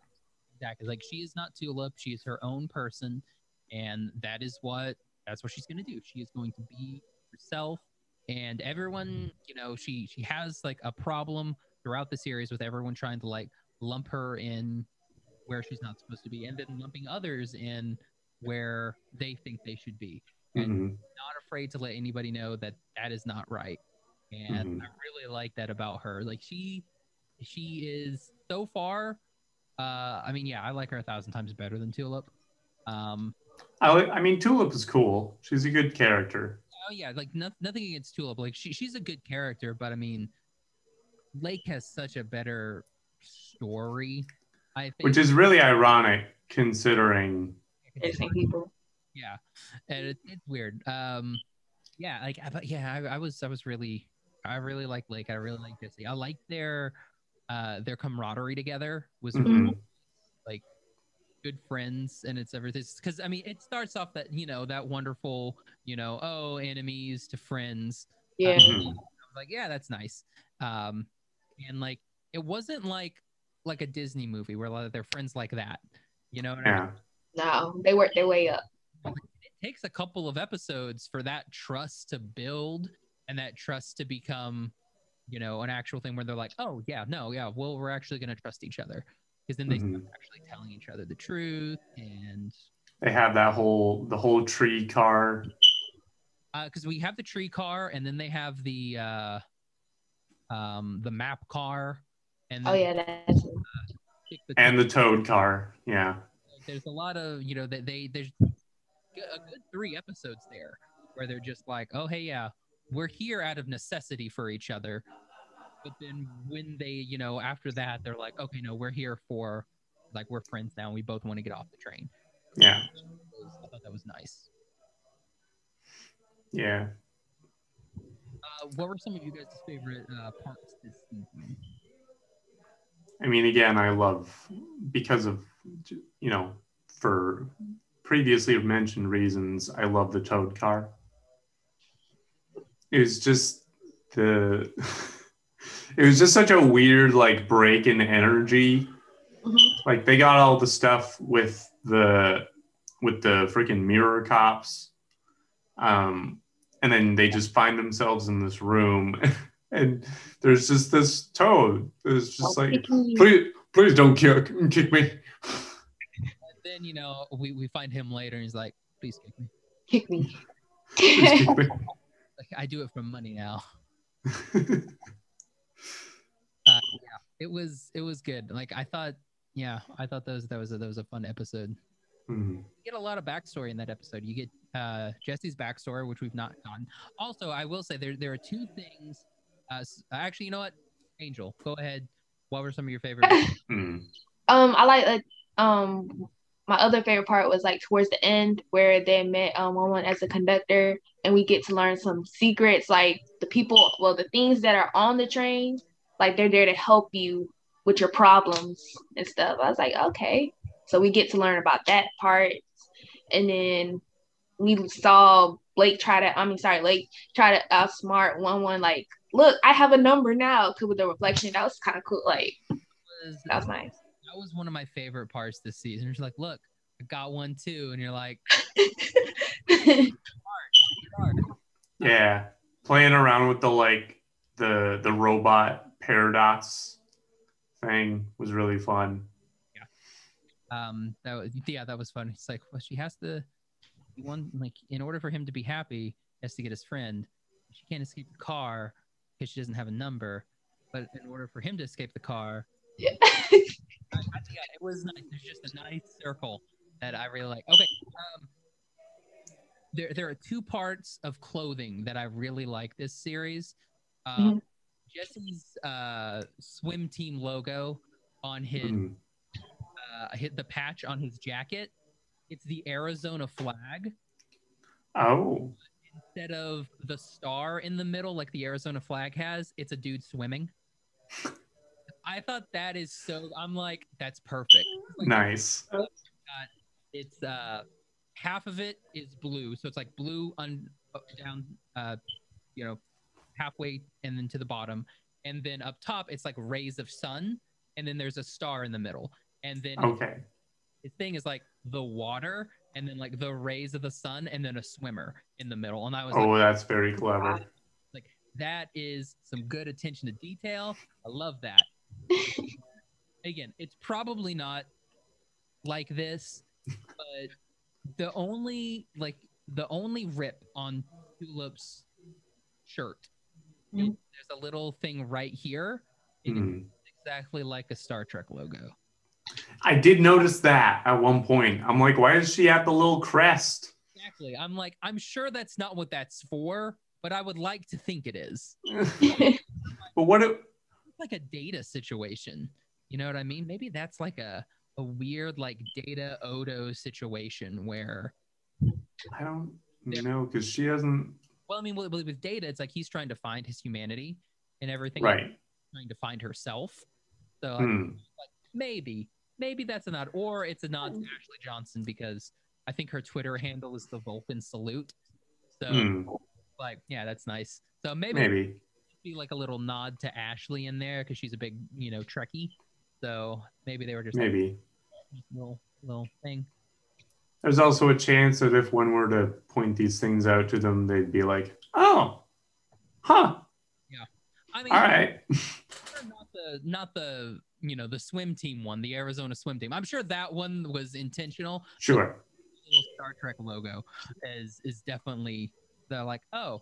Speaker 1: exactly. Like she is not Tulip. She is her own person, and that is what that's what she's going to do. She is going to be herself, and everyone, you know, she she has like a problem throughout the series with everyone trying to like lump her in where she's not supposed to be, and then lumping others in where they think they should be. And
Speaker 2: Mhm.
Speaker 1: not afraid to let anybody know that that is not right and
Speaker 2: Mhm.
Speaker 1: i really like that about her like she she is so far uh i mean yeah i like her a thousand times better than tulip um
Speaker 2: I, li- I mean, Tulip is cool. She's a good character.
Speaker 1: oh yeah like no, nothing against tulip like she, she's a good character but i mean lake has such a better story i think
Speaker 2: Which is really ironic considering.
Speaker 3: Innocent people.
Speaker 1: yeah and it, it's weird um yeah like I- but yeah I, I was i was really i really like lake i really like Jesse. i like their uh their camaraderie together was
Speaker 2: Mhm.
Speaker 1: like good friends and it's everything because i mean it starts off that you know that wonderful you know oh enemies to friends
Speaker 3: Yeah.
Speaker 1: I
Speaker 2: Mhm.
Speaker 1: was like, yeah, that's nice. Um, and like, it wasn't like like a Disney movie where a lot of their friends like that. You know, what I mean?
Speaker 2: Yeah.
Speaker 3: No, they worked their way up.
Speaker 1: it takes a couple of episodes for that trust to build and that trust to become, you know, an actual thing where they're like, oh yeah, no, yeah, well, we're actually going to trust each other because then they
Speaker 2: Mhm.
Speaker 1: start actually telling each other the truth and
Speaker 2: They have that whole, the whole tree car.
Speaker 1: because uh, we have the tree car and then they have the uh, um, the map car and
Speaker 3: Oh
Speaker 1: then
Speaker 3: yeah, that's it.
Speaker 1: pick the-
Speaker 2: And the toad car. Yeah.
Speaker 1: like, there's a lot of you know they, they there's a good three episodes there where they're just like oh hey yeah we're here out of necessity for each other but then when they you know after that they're like okay no we're here for like we're friends now and we both want to get off the train
Speaker 2: Yeah.
Speaker 1: It was- i thought that was nice
Speaker 2: Yeah.
Speaker 1: uh, what were some of you guys' favorite uh, parts this season
Speaker 2: I mean, again, I love because of, you know, for previously mentioned reasons, I love the toad car. It was just the, it was just such a weird, like, break in energy.
Speaker 3: Mhm.
Speaker 2: like they got all the stuff with the with the freaking mirror cops um and then they just find themselves in this room and there's just this toad it's just like please please don't kick kick me
Speaker 1: and then you know we, we find him later and he's like please kick me
Speaker 3: kick me.
Speaker 2: please kick me
Speaker 1: like, i do it for money now Uh, it was it was good like i thought yeah i thought those that was a, that was a fun episode
Speaker 2: Mhm.
Speaker 1: you get a lot of backstory in that episode. You get uh, Jesse's backstory, which we've not gotten. Also, I will say there there are two things. Uh, s- actually, you know what, Angel, go ahead. What were some of your favorite?
Speaker 2: Mhm.
Speaker 3: Um, I like like um my other favorite part was like towards the end where they met um woman as a conductor and we get to learn some secrets like the people well the things that are on the train like they're there to help you with your problems and stuff. I was like okay, so we get to learn about that part and then we saw Blake try to I mean sorry Blake try to outsmart one one like look I have a number now 'cause with the reflection that was kind of cool like
Speaker 1: was,
Speaker 3: that was nice.
Speaker 1: that was one of my favorite parts this season. She's like, look, I got one too, and you're like, "Darn."
Speaker 2: yeah playing around with the like the the robot paradox thing was really fun
Speaker 1: um, that was, yeah, that was fun. It's like, well, she has to one like in order for him to be happy, he has to get his friend. She can't escape the car because she doesn't have a number. But in order for him to escape the car,
Speaker 3: Yeah.
Speaker 1: I, I, yeah, it was nice. There's just a nice circle that I really like. Okay. Um, there, there are two parts of clothing that I really like this series. Um,
Speaker 3: Mhm.
Speaker 1: Jesse's uh, swim team logo on his
Speaker 2: Mm.
Speaker 1: uh, hit the patch on his jacket. It's the Arizona flag
Speaker 2: Oh,
Speaker 1: instead of the star in the middle like the Arizona flag has. It's a dude swimming. I thought that is so. I'm like, that's perfect.
Speaker 2: nice.
Speaker 1: It's uh, half of it is blue, so it's like blue un- up, down, uh, you know, halfway and then to the bottom, and then up top it's like rays of sun, and then there's a star in the middle, and then
Speaker 2: Okay.
Speaker 1: his thing is like the water and then like the rays of the sun and then a swimmer in the middle and i was like
Speaker 2: Oh, that's very clever.
Speaker 1: that is some good attention to detail i love that again it's probably not like this but the only like the only rip on tulip's shirt
Speaker 3: Mhm.
Speaker 1: there's a little thing right here and
Speaker 2: Mm.
Speaker 1: it's exactly like a star trek logo
Speaker 2: I did notice that at one point. I'm like, why does she have the little crest?
Speaker 1: exactly i'm like i'm sure that's not what that's for but i would like to think it is
Speaker 2: But what? It,
Speaker 1: like a data situation. You know what I mean? Maybe that's like a a weird like data Odo situation where
Speaker 2: I don't know because she doesn't.
Speaker 1: well, I mean, with, with data, it's like he's trying to find his humanity and everything.
Speaker 2: Right.
Speaker 1: Trying to find herself. So like,
Speaker 2: Hmm.
Speaker 1: maybe, maybe that's a nod, or it's a nod to Ashley Johnson because I think her Twitter handle is the Vulcan salute. So
Speaker 2: Hmm.
Speaker 1: like, yeah, that's nice. So maybe, maybe.
Speaker 2: Maybe.
Speaker 1: be like a little nod to Ashley in there because she's a big, you know, Trekkie. So maybe they were just like,
Speaker 2: Maybe.
Speaker 1: little little thing.
Speaker 2: There's also a chance that if one were to point these things out to them, they'd be like, "Oh, huh,
Speaker 1: I mean,
Speaker 2: all right."
Speaker 1: not the not the you know the swim team one, the Arizona swim team. I'm sure that one was intentional.
Speaker 2: Sure.
Speaker 1: Little Star Trek logo is is definitely they're like, oh,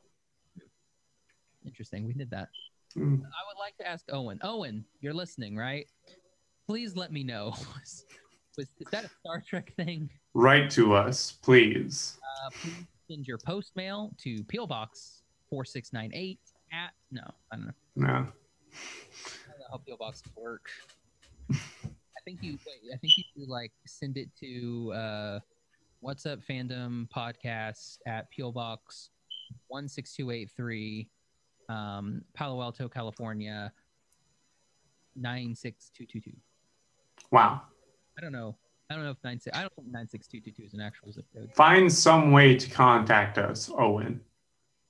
Speaker 1: interesting. We did that.
Speaker 2: Hmm.
Speaker 1: I would like to ask Owen. Owen, you're listening, right? Please let me know. Was, was is that a Star Trek thing?
Speaker 2: Write to us, please.
Speaker 1: Uh, please send your post mail to P.O. Box 4698 at no, I don't know.
Speaker 2: No.
Speaker 1: I don't know how PO boxes work. I think you wait. I think you do, like send it to uh, What's Up Fandom Podcast at PO Box one six two eight three, um, Palo Alto, California nine six two two two.
Speaker 2: Wow.
Speaker 1: I don't know. I don't know if nine six. I don't think nine six two two two is an actual zip code.
Speaker 2: Find some way to contact us, Owen.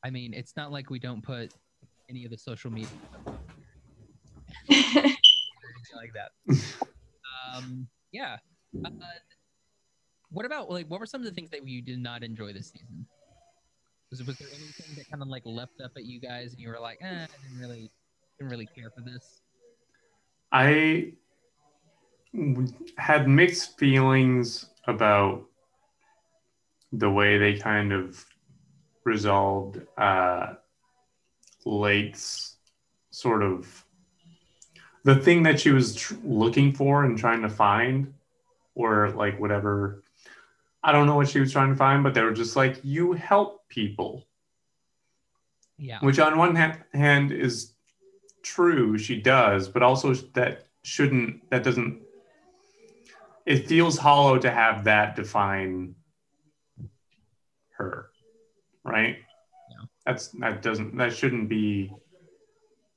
Speaker 1: I mean, it's not like we don't put any of the social media anything like that. um, yeah. Uh, what about like what were some of the things that you did not enjoy this season? Was, was there anything that kind of like leapt up at you guys and you were like, eh, I didn't really didn't really care for this?
Speaker 2: I w- had mixed feelings about the way they kind of resolved uh, Lake's sort of the thing that she was tr- looking for and trying to find, or like whatever. I don't know what she was trying to find, but they were just like, you help people
Speaker 1: Yeah.
Speaker 2: which on one ha- hand is true she does but also that shouldn't that doesn't it feels hollow to have that define her right
Speaker 1: Yeah.
Speaker 2: that's that doesn't that shouldn't be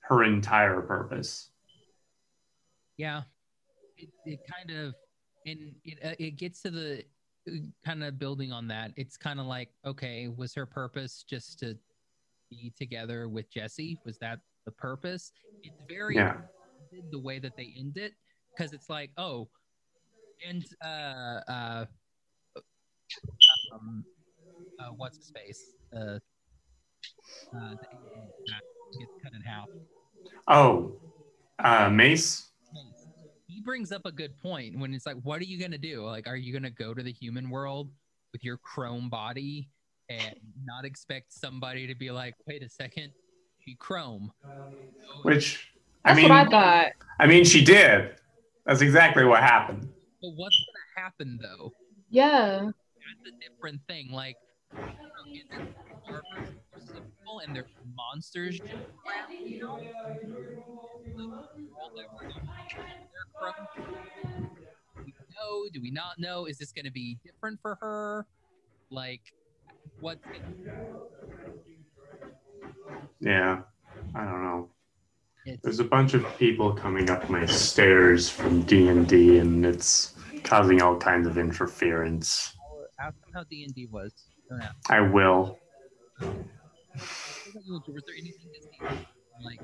Speaker 2: her entire purpose
Speaker 1: Yeah. It, it kind of and it uh, it gets to the kind of building on that. It's kind of like, okay, was her purpose just to be together with Jesse? Was that the purpose? It's very
Speaker 2: yeah
Speaker 1: ended the way that they end it because it's like oh and uh uh um uh what's the space uh, uh the alien that gets cut in half
Speaker 2: oh uh mace
Speaker 1: he brings up a good point when it's like what are you gonna do like are you gonna go to the human world with your chrome body and not expect somebody to be like wait a second she chrome
Speaker 2: which i
Speaker 3: That's
Speaker 2: mean
Speaker 3: what I thought.
Speaker 2: I mean she did that's exactly what happened
Speaker 1: But what's going to happen though
Speaker 3: Yeah.
Speaker 1: That's a different thing. Like, I don't know, is it Harvard or simple and there's monsters just around? You know? All over the- they're from- Do we know? Do we not know? Is this going to be different for her? Like, what's it
Speaker 2: Yeah. I don't know.
Speaker 1: It's,
Speaker 2: There's a bunch of people coming up my stairs from D and D, and it's causing all kinds of interference.
Speaker 1: ask them how D and D was. Don't ask.
Speaker 2: I will.
Speaker 1: Was there anything that seemed like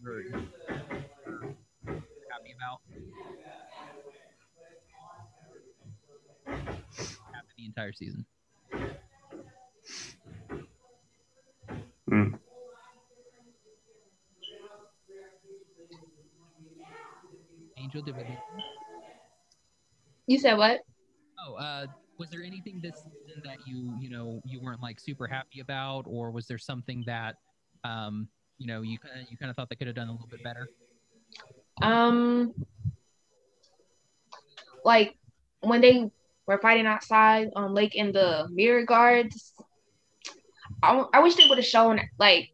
Speaker 1: you were uh, happy about? Happy the entire season.
Speaker 2: Mm.
Speaker 1: Angel, did we? lose you?
Speaker 3: You said what?
Speaker 1: Oh, uh, was there anything this season that you you know you weren't like super happy about, or was there something that um, you know you kind of you kind of thought they could have done a little bit better?
Speaker 3: Um, like when they were fighting outside, um, like in the mirror guards. I, w- I wish they would have shown like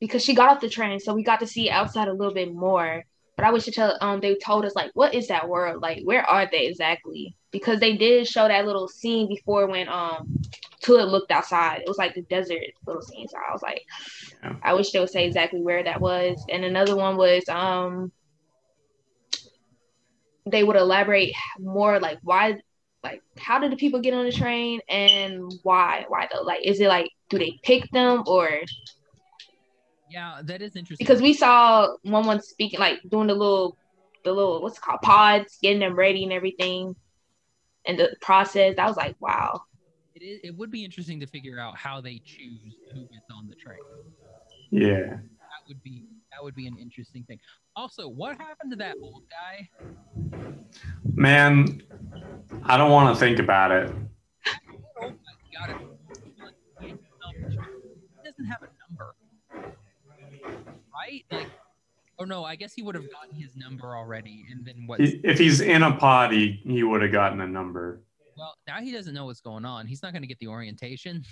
Speaker 3: because she got off the train, so we got to see outside a little bit more. But I wish they tell um they told us like what is that world like? Where are they exactly? Because they did show that little scene before when um Tua looked outside. It was like the desert little scene. So I was like,
Speaker 2: Yeah.
Speaker 3: I wish they would say exactly where that was. And another one was um they would elaborate more like why like how did the people get on the train and why why though like is it like do they pick them or
Speaker 1: Yeah, that is interesting.
Speaker 3: because we saw one one speaking like doing the little the little what's it called pods getting them ready and everything and the process i was like wow
Speaker 1: it, is, it would be interesting to figure out how they choose who gets on the train.
Speaker 2: Yeah.
Speaker 1: That would be that would be an interesting thing. Also, what happened to that old guy?
Speaker 2: Man, I don't want to think about it.
Speaker 1: That old guy got it. He doesn't have a number, right? Like, oh no, I guess he would have gotten his number already, and then what?
Speaker 2: He- If he's in a pod, he, he would have gotten a number.
Speaker 1: Well, now he doesn't know what's going on. He's not going to get the orientation.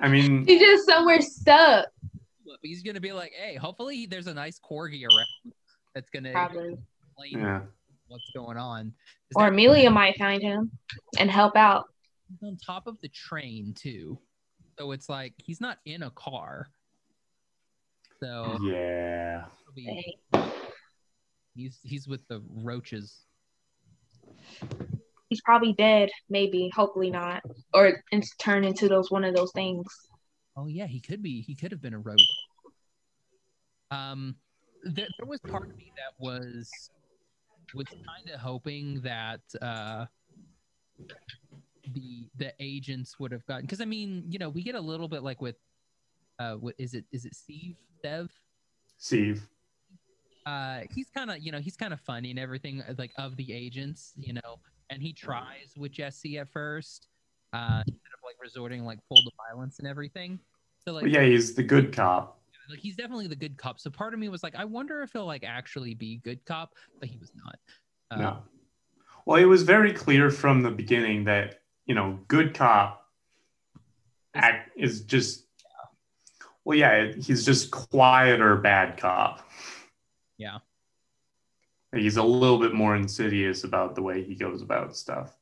Speaker 2: I mean,
Speaker 3: he's just somewhere stuck
Speaker 1: But he's going to be like, hey, hopefully there's a nice corgi around that's going to
Speaker 3: probably
Speaker 1: explain
Speaker 2: yeah.
Speaker 1: what's going on. 'Cause
Speaker 3: or
Speaker 1: that-
Speaker 3: amelia might find him and help out
Speaker 1: he's on top of the train too. So it's like he's not in a car. So
Speaker 2: Yeah.
Speaker 1: it'll be- he's he's with the roaches.
Speaker 3: he's probably dead maybe hopefully not or it's turned into those one of those things
Speaker 1: Oh yeah, he could be. He could have been a roach. Um, there, there was part of me that was was kind of hoping that uh, the the agents would have gotten because I mean you know we get a little bit like with uh what is it is it Steve Dev
Speaker 2: Steve.
Speaker 1: uh he's kind of you know he's kind of funny and everything uh, like of the agents you know and he tries with jesse at first uh instead of like resorting like full to violence and everything so like,
Speaker 2: But yeah, he's the good cop.
Speaker 1: like he's definitely the good cop so part of me was like i wonder if he'll like actually be good cop but he was not uh,
Speaker 2: No. Um, Well, it was very clear from the beginning that, you know, good cop act is just, well, yeah, he's just quieter bad cop.
Speaker 1: Yeah.
Speaker 2: He's a little bit more insidious about the way he goes about stuff.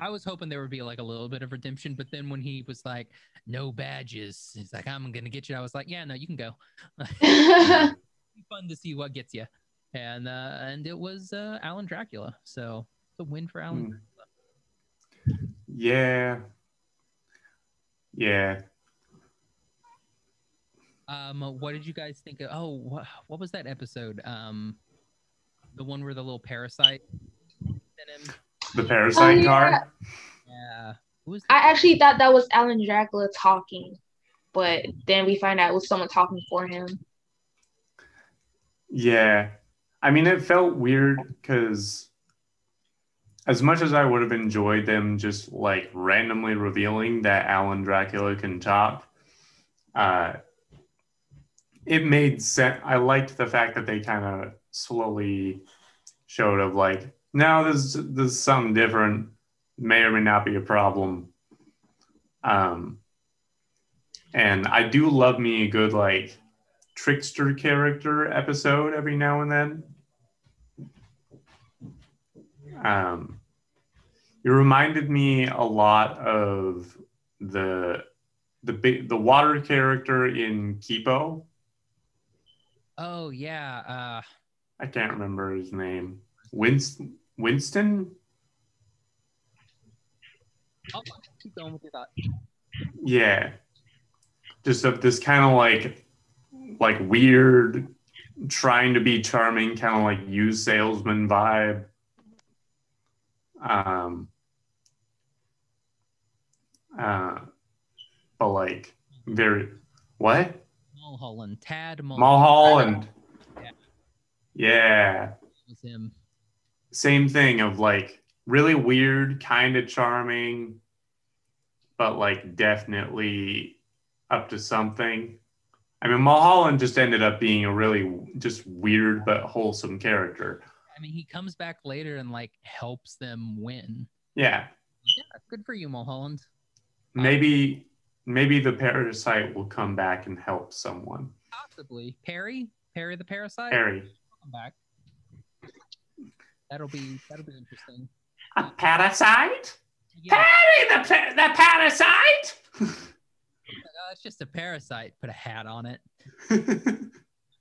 Speaker 1: i was hoping there would be like a little bit of redemption but then when he was like no badges he's like i'm gonna get you i was like yeah no you can go be fun to see what gets you. And uh, and it was uh, Alan Dracula, so it's a win for Alan.
Speaker 2: Mm. Yeah. Yeah.
Speaker 1: Um, what did you guys think of? Oh, what, what was that episode? Um, the one where the little parasite. in him?
Speaker 2: The parasite
Speaker 3: Oh, yeah.
Speaker 2: car.
Speaker 1: Yeah. Who was
Speaker 3: I actually thought that was Alan Dracula talking, but then we find out it was someone talking for him.
Speaker 2: Yeah. I mean, it felt weird because as much as I would have enjoyed them just like randomly revealing that Alan Dracula can talk, uh, it made sense. I liked the fact that they kind of slowly showed of like, No, there's there's something different. May or may not be a problem. Um, and I do love me a good like trickster character episode every now and then. Um, it reminded me a lot of the the big the water character in Kipo.
Speaker 1: Oh yeah. Uh,
Speaker 2: I can't remember his name. Winston. Winston.
Speaker 1: oh, keep going with your thought.
Speaker 2: Yeah. Just of this kind of like like weird trying to be charming kind of like used salesman vibe. Um uh but like very what?
Speaker 1: Mulholland, Tad Mulholland.
Speaker 2: Mulholland. Yeah.
Speaker 1: was him.
Speaker 2: Same thing of like really weird, kind of charming, but like definitely up to something. I mean, Mulholland just ended up being a really just weird but wholesome character.
Speaker 1: I mean, he comes back later and like helps them win.
Speaker 2: Yeah.
Speaker 1: Yeah, good for you, Mulholland.
Speaker 2: Maybe maybe the parasite will come back and help someone.
Speaker 1: Possibly Perry, Perry the parasite.
Speaker 2: Harry.
Speaker 1: Come back. That'll be that'll be interesting.
Speaker 2: A parasite?
Speaker 1: Yeah,
Speaker 2: Harry the, pa- the parasite?
Speaker 1: uh, it's just a parasite. Put a hat on it.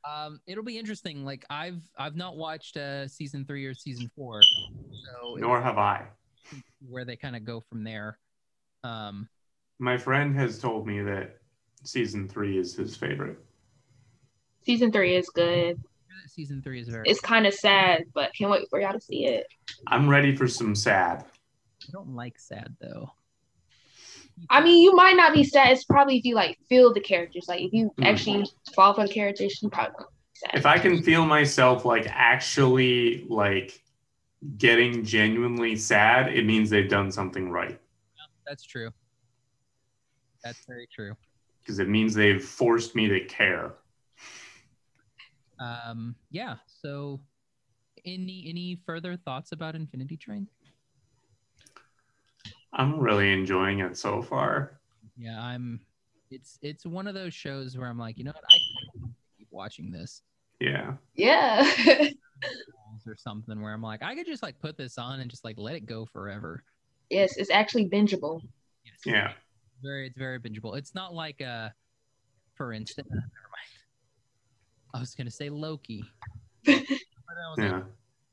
Speaker 1: Um, it'll be interesting. Like I've I've not watched uh, season three or season four, so it's
Speaker 2: Nor have I.
Speaker 1: where they kind of go from there. Um,
Speaker 2: My friend has told me that season three is his favorite.
Speaker 3: Season three is good.
Speaker 1: season three is very.
Speaker 3: It's kind of sad, but can't wait for y'all to see it.
Speaker 2: I'm ready for some sad.
Speaker 1: I don't like sad though.
Speaker 3: I mean, you might not be sad. It's probably if you like feel the characters. Like if you
Speaker 2: Mhm.
Speaker 3: actually fall for the characters, you probably won't be sad.
Speaker 2: If I can feel myself like actually like getting genuinely sad, it means they've done something right
Speaker 1: That's true. That's very true.
Speaker 2: because it means they've forced me to care.
Speaker 1: Um, yeah. So, any any further thoughts about Infinity Train?
Speaker 2: I'm really enjoying it so far.
Speaker 1: Yeah, I'm. It's it's one of those shows where I'm like, you know what, I can keep watching this
Speaker 2: Yeah.
Speaker 3: yeah,
Speaker 1: or something. Where I'm like, I could just like put this on and just like let it go forever.
Speaker 3: yes, it's actually bingeable.
Speaker 1: Yes.
Speaker 2: Yeah.
Speaker 1: Very, it's very bingeable. It's not like uh, for instance, never mind. I was gonna say Loki. But I was like,
Speaker 2: Yeah.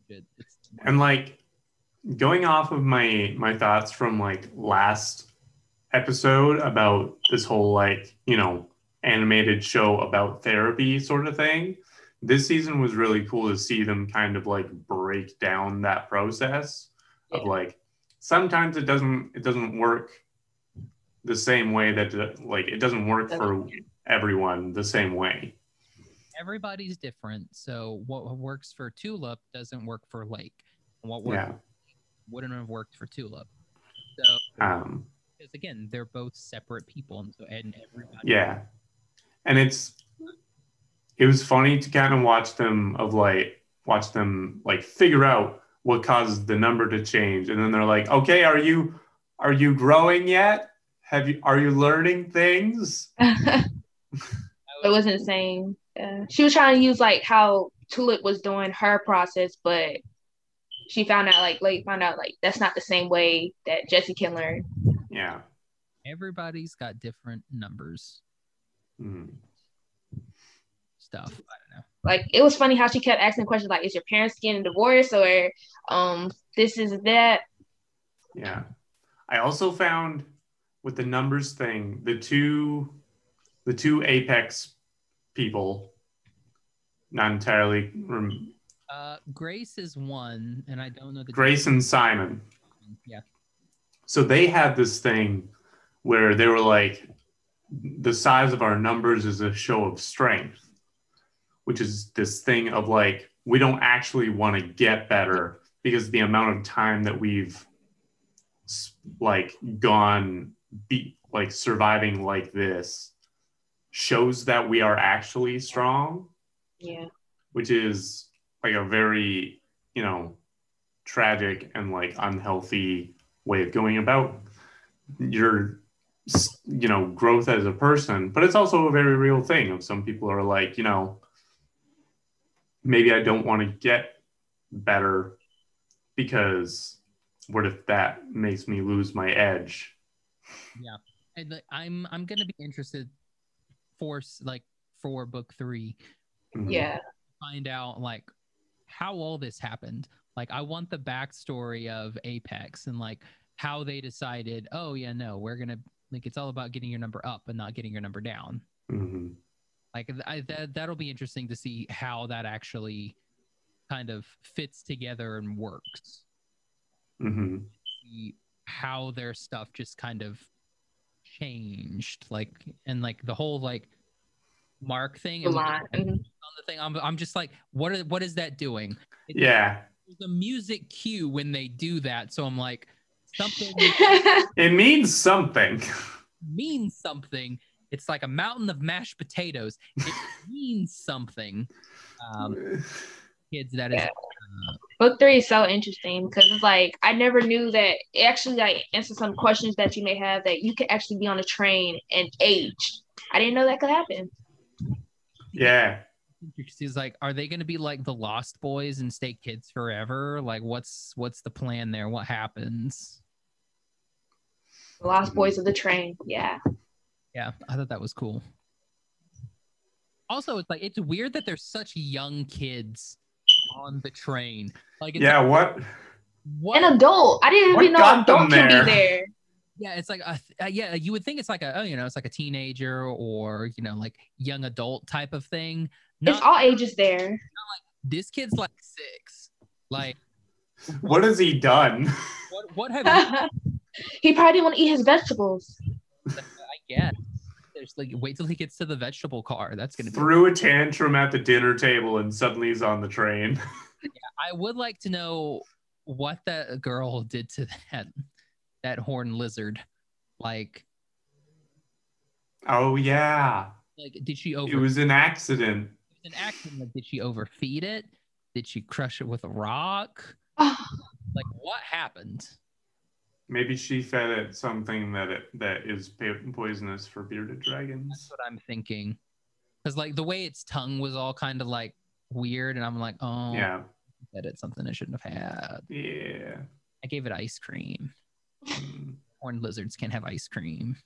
Speaker 1: "Shit, it's-
Speaker 2: And like going off of my my thoughts from like last episode about this whole like, you know, animated show about therapy sort of thing. This season was really cool to see them kind of like break down that process of
Speaker 3: Yeah.
Speaker 2: like sometimes it doesn't it doesn't work the same way that uh, like it doesn't work for everyone the same way.
Speaker 1: everybody's different. So what works for Tulip doesn't work for Lake, and what works
Speaker 2: Yeah.
Speaker 1: wouldn't have worked for Tulip. So
Speaker 2: Um
Speaker 1: because again, they're both separate people, and so and everybody.
Speaker 2: Yeah. And it's it was funny to kind of watch them of like watch them like figure out what caused the number to change. And then they're like, okay, are you are you growing yet? Have you are you learning things?
Speaker 3: it wasn't the same. Yeah. She was trying to use like how Tulip was doing her process, but she found out like late found out like that's not the same way that Jesse can learn.
Speaker 2: Yeah.
Speaker 1: everybody's got different numbers
Speaker 2: Mm.
Speaker 1: stuff. I don't know.
Speaker 3: Like it was funny how she kept asking questions like, "Is your parents getting divorced?" or "Um, this is that."
Speaker 2: Yeah. I also found with the numbers thing, the two the two apex people not entirely rem-
Speaker 1: Uh, Grace is one, and I don't know the
Speaker 2: Grace and Simon.
Speaker 1: Yeah,
Speaker 2: so they had this thing where they were like the size of our numbers is a show of strength which is this thing of like we don't actually want to get better because the amount of time that we've s- like gone be like surviving like this shows that we are actually strong
Speaker 3: Yeah,
Speaker 2: which is like a very you know tragic and like unhealthy way of going about your you know growth as a person but it's also a very real thing of some people are like you know maybe i don't want to get better because what if that makes me lose my edge
Speaker 1: yeah and like, i'm i'm gonna be interested for like for book 3
Speaker 2: Mhm.
Speaker 3: Yeah.
Speaker 1: find out like how all this happened. Like I want the backstory of Apex and like how they decided, oh yeah, no, we're gonna like it's all about getting your number up and not getting your number down.
Speaker 2: Mhm.
Speaker 1: Like I, that that'll be interesting to see how that actually kind of fits together and works.
Speaker 2: Mhm.
Speaker 1: See how their stuff just kind of changed, like and like the whole like mark thing.
Speaker 3: A
Speaker 1: And
Speaker 3: lot. Mhm.
Speaker 1: on the thing, I'm I'm just like, what are, what is that doing?
Speaker 2: yeah
Speaker 1: there's a music cue when they do that. So I'm like, something
Speaker 3: Mm-hmm.
Speaker 2: it means something
Speaker 1: means something. It's like a mountain of mashed potatoes. It means something. Um, kids, that is.
Speaker 3: Yeah. Book three is so interesting because it's like I never knew that it actually like answers some questions that you may have that you could actually be on a train and age. I didn't know that could happen.
Speaker 2: yeah
Speaker 1: She's like, are they going to be like the Lost Boys and stay kids forever? Like, what's what's the plan there? What happens?
Speaker 3: The
Speaker 2: Mm-hmm.
Speaker 3: Lost Boys of the Train. Yeah.
Speaker 1: Yeah, I thought that was cool. Also, it's like it's weird that there's such young kids on the train. Like, it's
Speaker 2: yeah what
Speaker 1: what
Speaker 3: An adult. I didn't
Speaker 2: What
Speaker 3: even know an
Speaker 2: got them
Speaker 3: adult can
Speaker 2: there?
Speaker 3: be there.
Speaker 1: Yeah, it's like a, th- uh, yeah, you would think it's like a oh, you know, it's like a teenager or you know, like young adult type of thing.
Speaker 3: It's
Speaker 1: Not
Speaker 3: all ages there.
Speaker 1: this kid's like six. Like
Speaker 2: what has he done
Speaker 1: what? What have you
Speaker 3: he probably didn't want to eat his vegetables.
Speaker 1: guessed? There's like wait till he gets to the vegetable car. That's gonna be.
Speaker 2: threw a tantrum at the dinner table and suddenly he's on the train
Speaker 1: I would like to know what that girl did to that that horn lizard. Like,
Speaker 2: oh yeah
Speaker 1: like did she over?
Speaker 2: it was an accident
Speaker 1: an accident. Like, did she overfeed it? Did she crush it with a rock?
Speaker 3: Oh,
Speaker 1: Like, what happened?
Speaker 2: Maybe she fed it something that it, that is pa- poisonous for bearded
Speaker 1: That's
Speaker 2: dragons.
Speaker 1: what I'm thinking. Because like the way its tongue was all kind of like weird, and I'm like, oh,
Speaker 2: Yeah,
Speaker 1: that it's something I shouldn't have had.
Speaker 2: yeah.
Speaker 1: I gave it ice cream.
Speaker 2: Mm.
Speaker 1: Horned lizards can't have ice cream.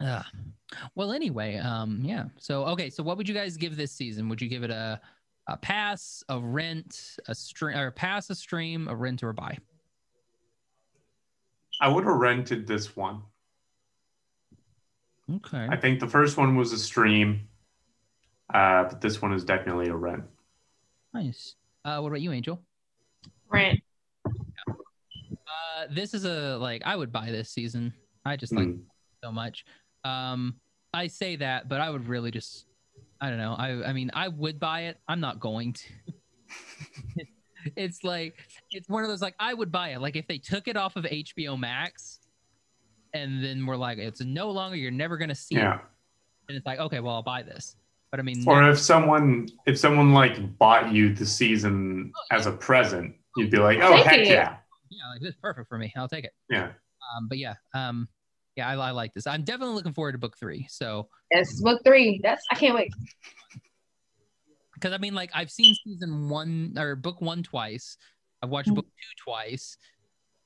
Speaker 1: Ugh. Well, anyway, um, yeah. So okay, so what would you guys give this season? Would you give it a a pass, a rent, a stream, or pass a stream, a rent, or a buy?
Speaker 2: I would have rented this one.
Speaker 1: Okay.
Speaker 2: I think the first one was a stream, uh, but this one is definitely a rent.
Speaker 1: Nice. Uh, what about you, Angel?
Speaker 3: rent.
Speaker 1: Uh, this is a like I would buy this season. I just like
Speaker 2: Mm.
Speaker 1: so much. Um, I say that, but I would really just, I don't know. I, I mean, I would buy it. I'm not going to. it's like, it's one of those like I would buy it. Like if they took it off of HBO Max, and then we're like, it's no longer. You're never gonna see it.
Speaker 2: Yeah.
Speaker 1: And it's like, okay, well, I'll buy this. But I mean,
Speaker 2: Or if someone if someone like bought you the season
Speaker 1: Oh,
Speaker 2: as a present, you'd be like, oh
Speaker 3: Take
Speaker 2: heck
Speaker 3: it.
Speaker 2: yeah,
Speaker 1: yeah, like this is perfect for me. I'll take it.
Speaker 2: yeah.
Speaker 1: Um, but yeah, um, yeah, I, I like this. I'm definitely looking forward to book three. So.
Speaker 3: That's book three. That's I can't wait.
Speaker 1: because I mean, like I've seen season one or book one twice. I've watched book two twice,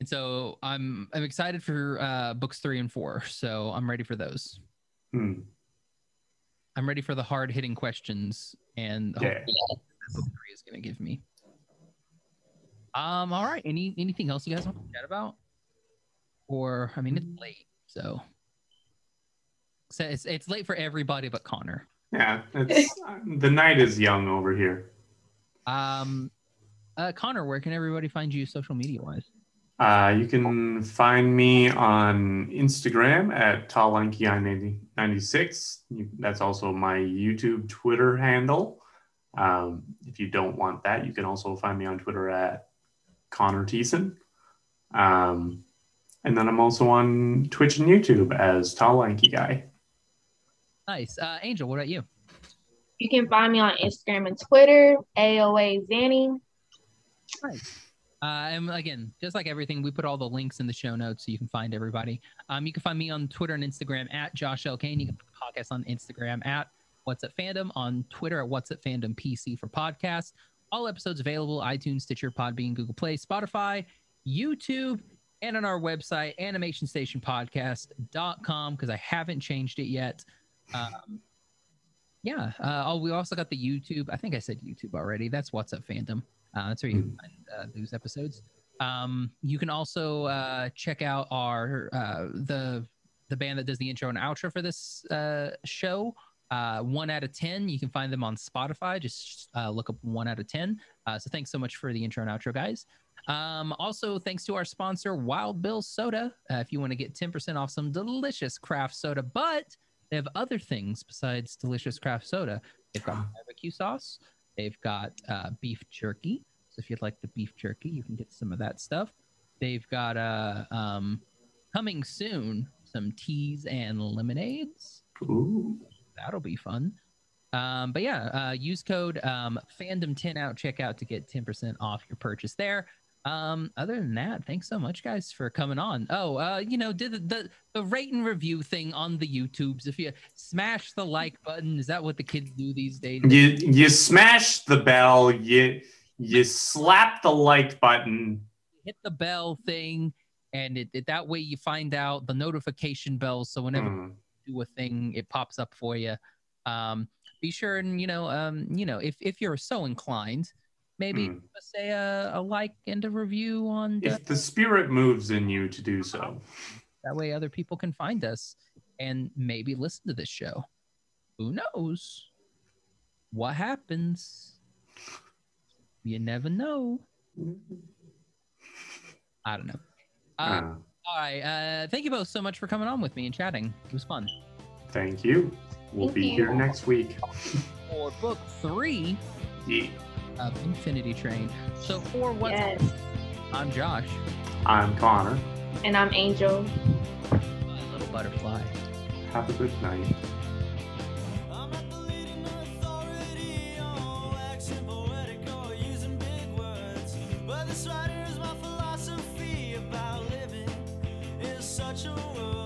Speaker 1: and so I'm I'm excited for uh, books three and four. So I'm ready for those.
Speaker 2: Hmm.
Speaker 1: I'm ready for the hard hitting questions and
Speaker 2: Yeah.
Speaker 1: hopefully that's what book three is going to give me. Um. All right. Any anything else you guys want to chat about? Or I mean, it's late, so. So it's, it's late for everybody but Connor.
Speaker 2: Yeah. It's uh, the night is young over here.
Speaker 1: Um, uh, Connor, where can everybody find you social media wise?
Speaker 2: Uh, you can find me on Instagram at talllanky96. You- That's also my YouTube Twitter handle. Um, if you don't want that, you can also find me on Twitter at Connor Thiessen. Um, and then I'm also on Twitch and YouTube as Tall Lanky Guy.
Speaker 1: Nice. Uh, Angel, what about you?
Speaker 3: You can find me on Instagram and Twitter, AOA Zanny.
Speaker 1: Uh, and again, just like everything, we put all the links in the show notes so you can find everybody. Um, you can find me on Twitter and Instagram at Josh L. Kane. You can find the podcast on Instagram at What's Up Fandom, on Twitter at What's Up Fandom PC for podcasts. All episodes available iTunes, Stitcher, Podbean, Google Play, Spotify, YouTube, and on our website, animationstationpodcast.com, because I haven't changed it yet. Um, yeah. Uh, oh, we also got the YouTube. I think I said YouTube already. That's What's Up Fandom. Uh, that's where you can find uh, these episodes. Um, you can also uh, check out our uh, the the band that does the intro and outro for this uh, show. Uh, one out of ten. You can find them on Spotify. Just uh, look up one out of ten. Uh, so thanks so much for the intro and outro, guys. Um, also, thanks to our sponsor, Wild Bill Soda. Uh, if you want to get ten percent off some delicious craft soda, but they have other things besides delicious craft soda. They've got barbecue sauce. They've got uh, beef jerky. So if you'd like the beef jerky, you can get some of that stuff. They've got uh, um, coming soon some teas and lemonades.
Speaker 2: Ooh.
Speaker 1: That'll be fun. Um, but yeah, uh, use code um, fandom10 out checkout to get 10% off your purchase there. Um, other than that, thanks so much, guys, for coming on. Oh, uh, you know, did the, the the rate and review thing on the YouTubes. If you smash the like button, is that what the kids do these days?
Speaker 2: You you smash the bell. You you slap the like button.
Speaker 1: hit the bell thing and it, it that way you find out the notification bell so whenever
Speaker 2: Mm.
Speaker 1: you do a thing it pops up for you um be sure and you know um you know if if you're so inclined maybe
Speaker 2: Mm.
Speaker 1: just say a, a like and a review on
Speaker 2: If the spirit moves in you to do so,
Speaker 1: that way other people can find us and maybe listen to this show who knows what happens you never know i don't know uh,
Speaker 2: uh,
Speaker 1: All right. Uh, thank you both so much for coming on with me and chatting. It was fun.
Speaker 2: thank you. We'll
Speaker 3: Thank
Speaker 2: be
Speaker 3: you.
Speaker 2: here next week.
Speaker 1: For book three
Speaker 2: Yeah.
Speaker 1: of Infinity Train. So for what?
Speaker 3: Yes.
Speaker 1: I'm Josh.
Speaker 2: I'm Connor.
Speaker 3: And I'm Angel.
Speaker 1: My little butterfly.
Speaker 2: Have a good night.
Speaker 4: I'm not the leading authority on action, poetic or using big words. But this writer is my philosophy about living in such a world.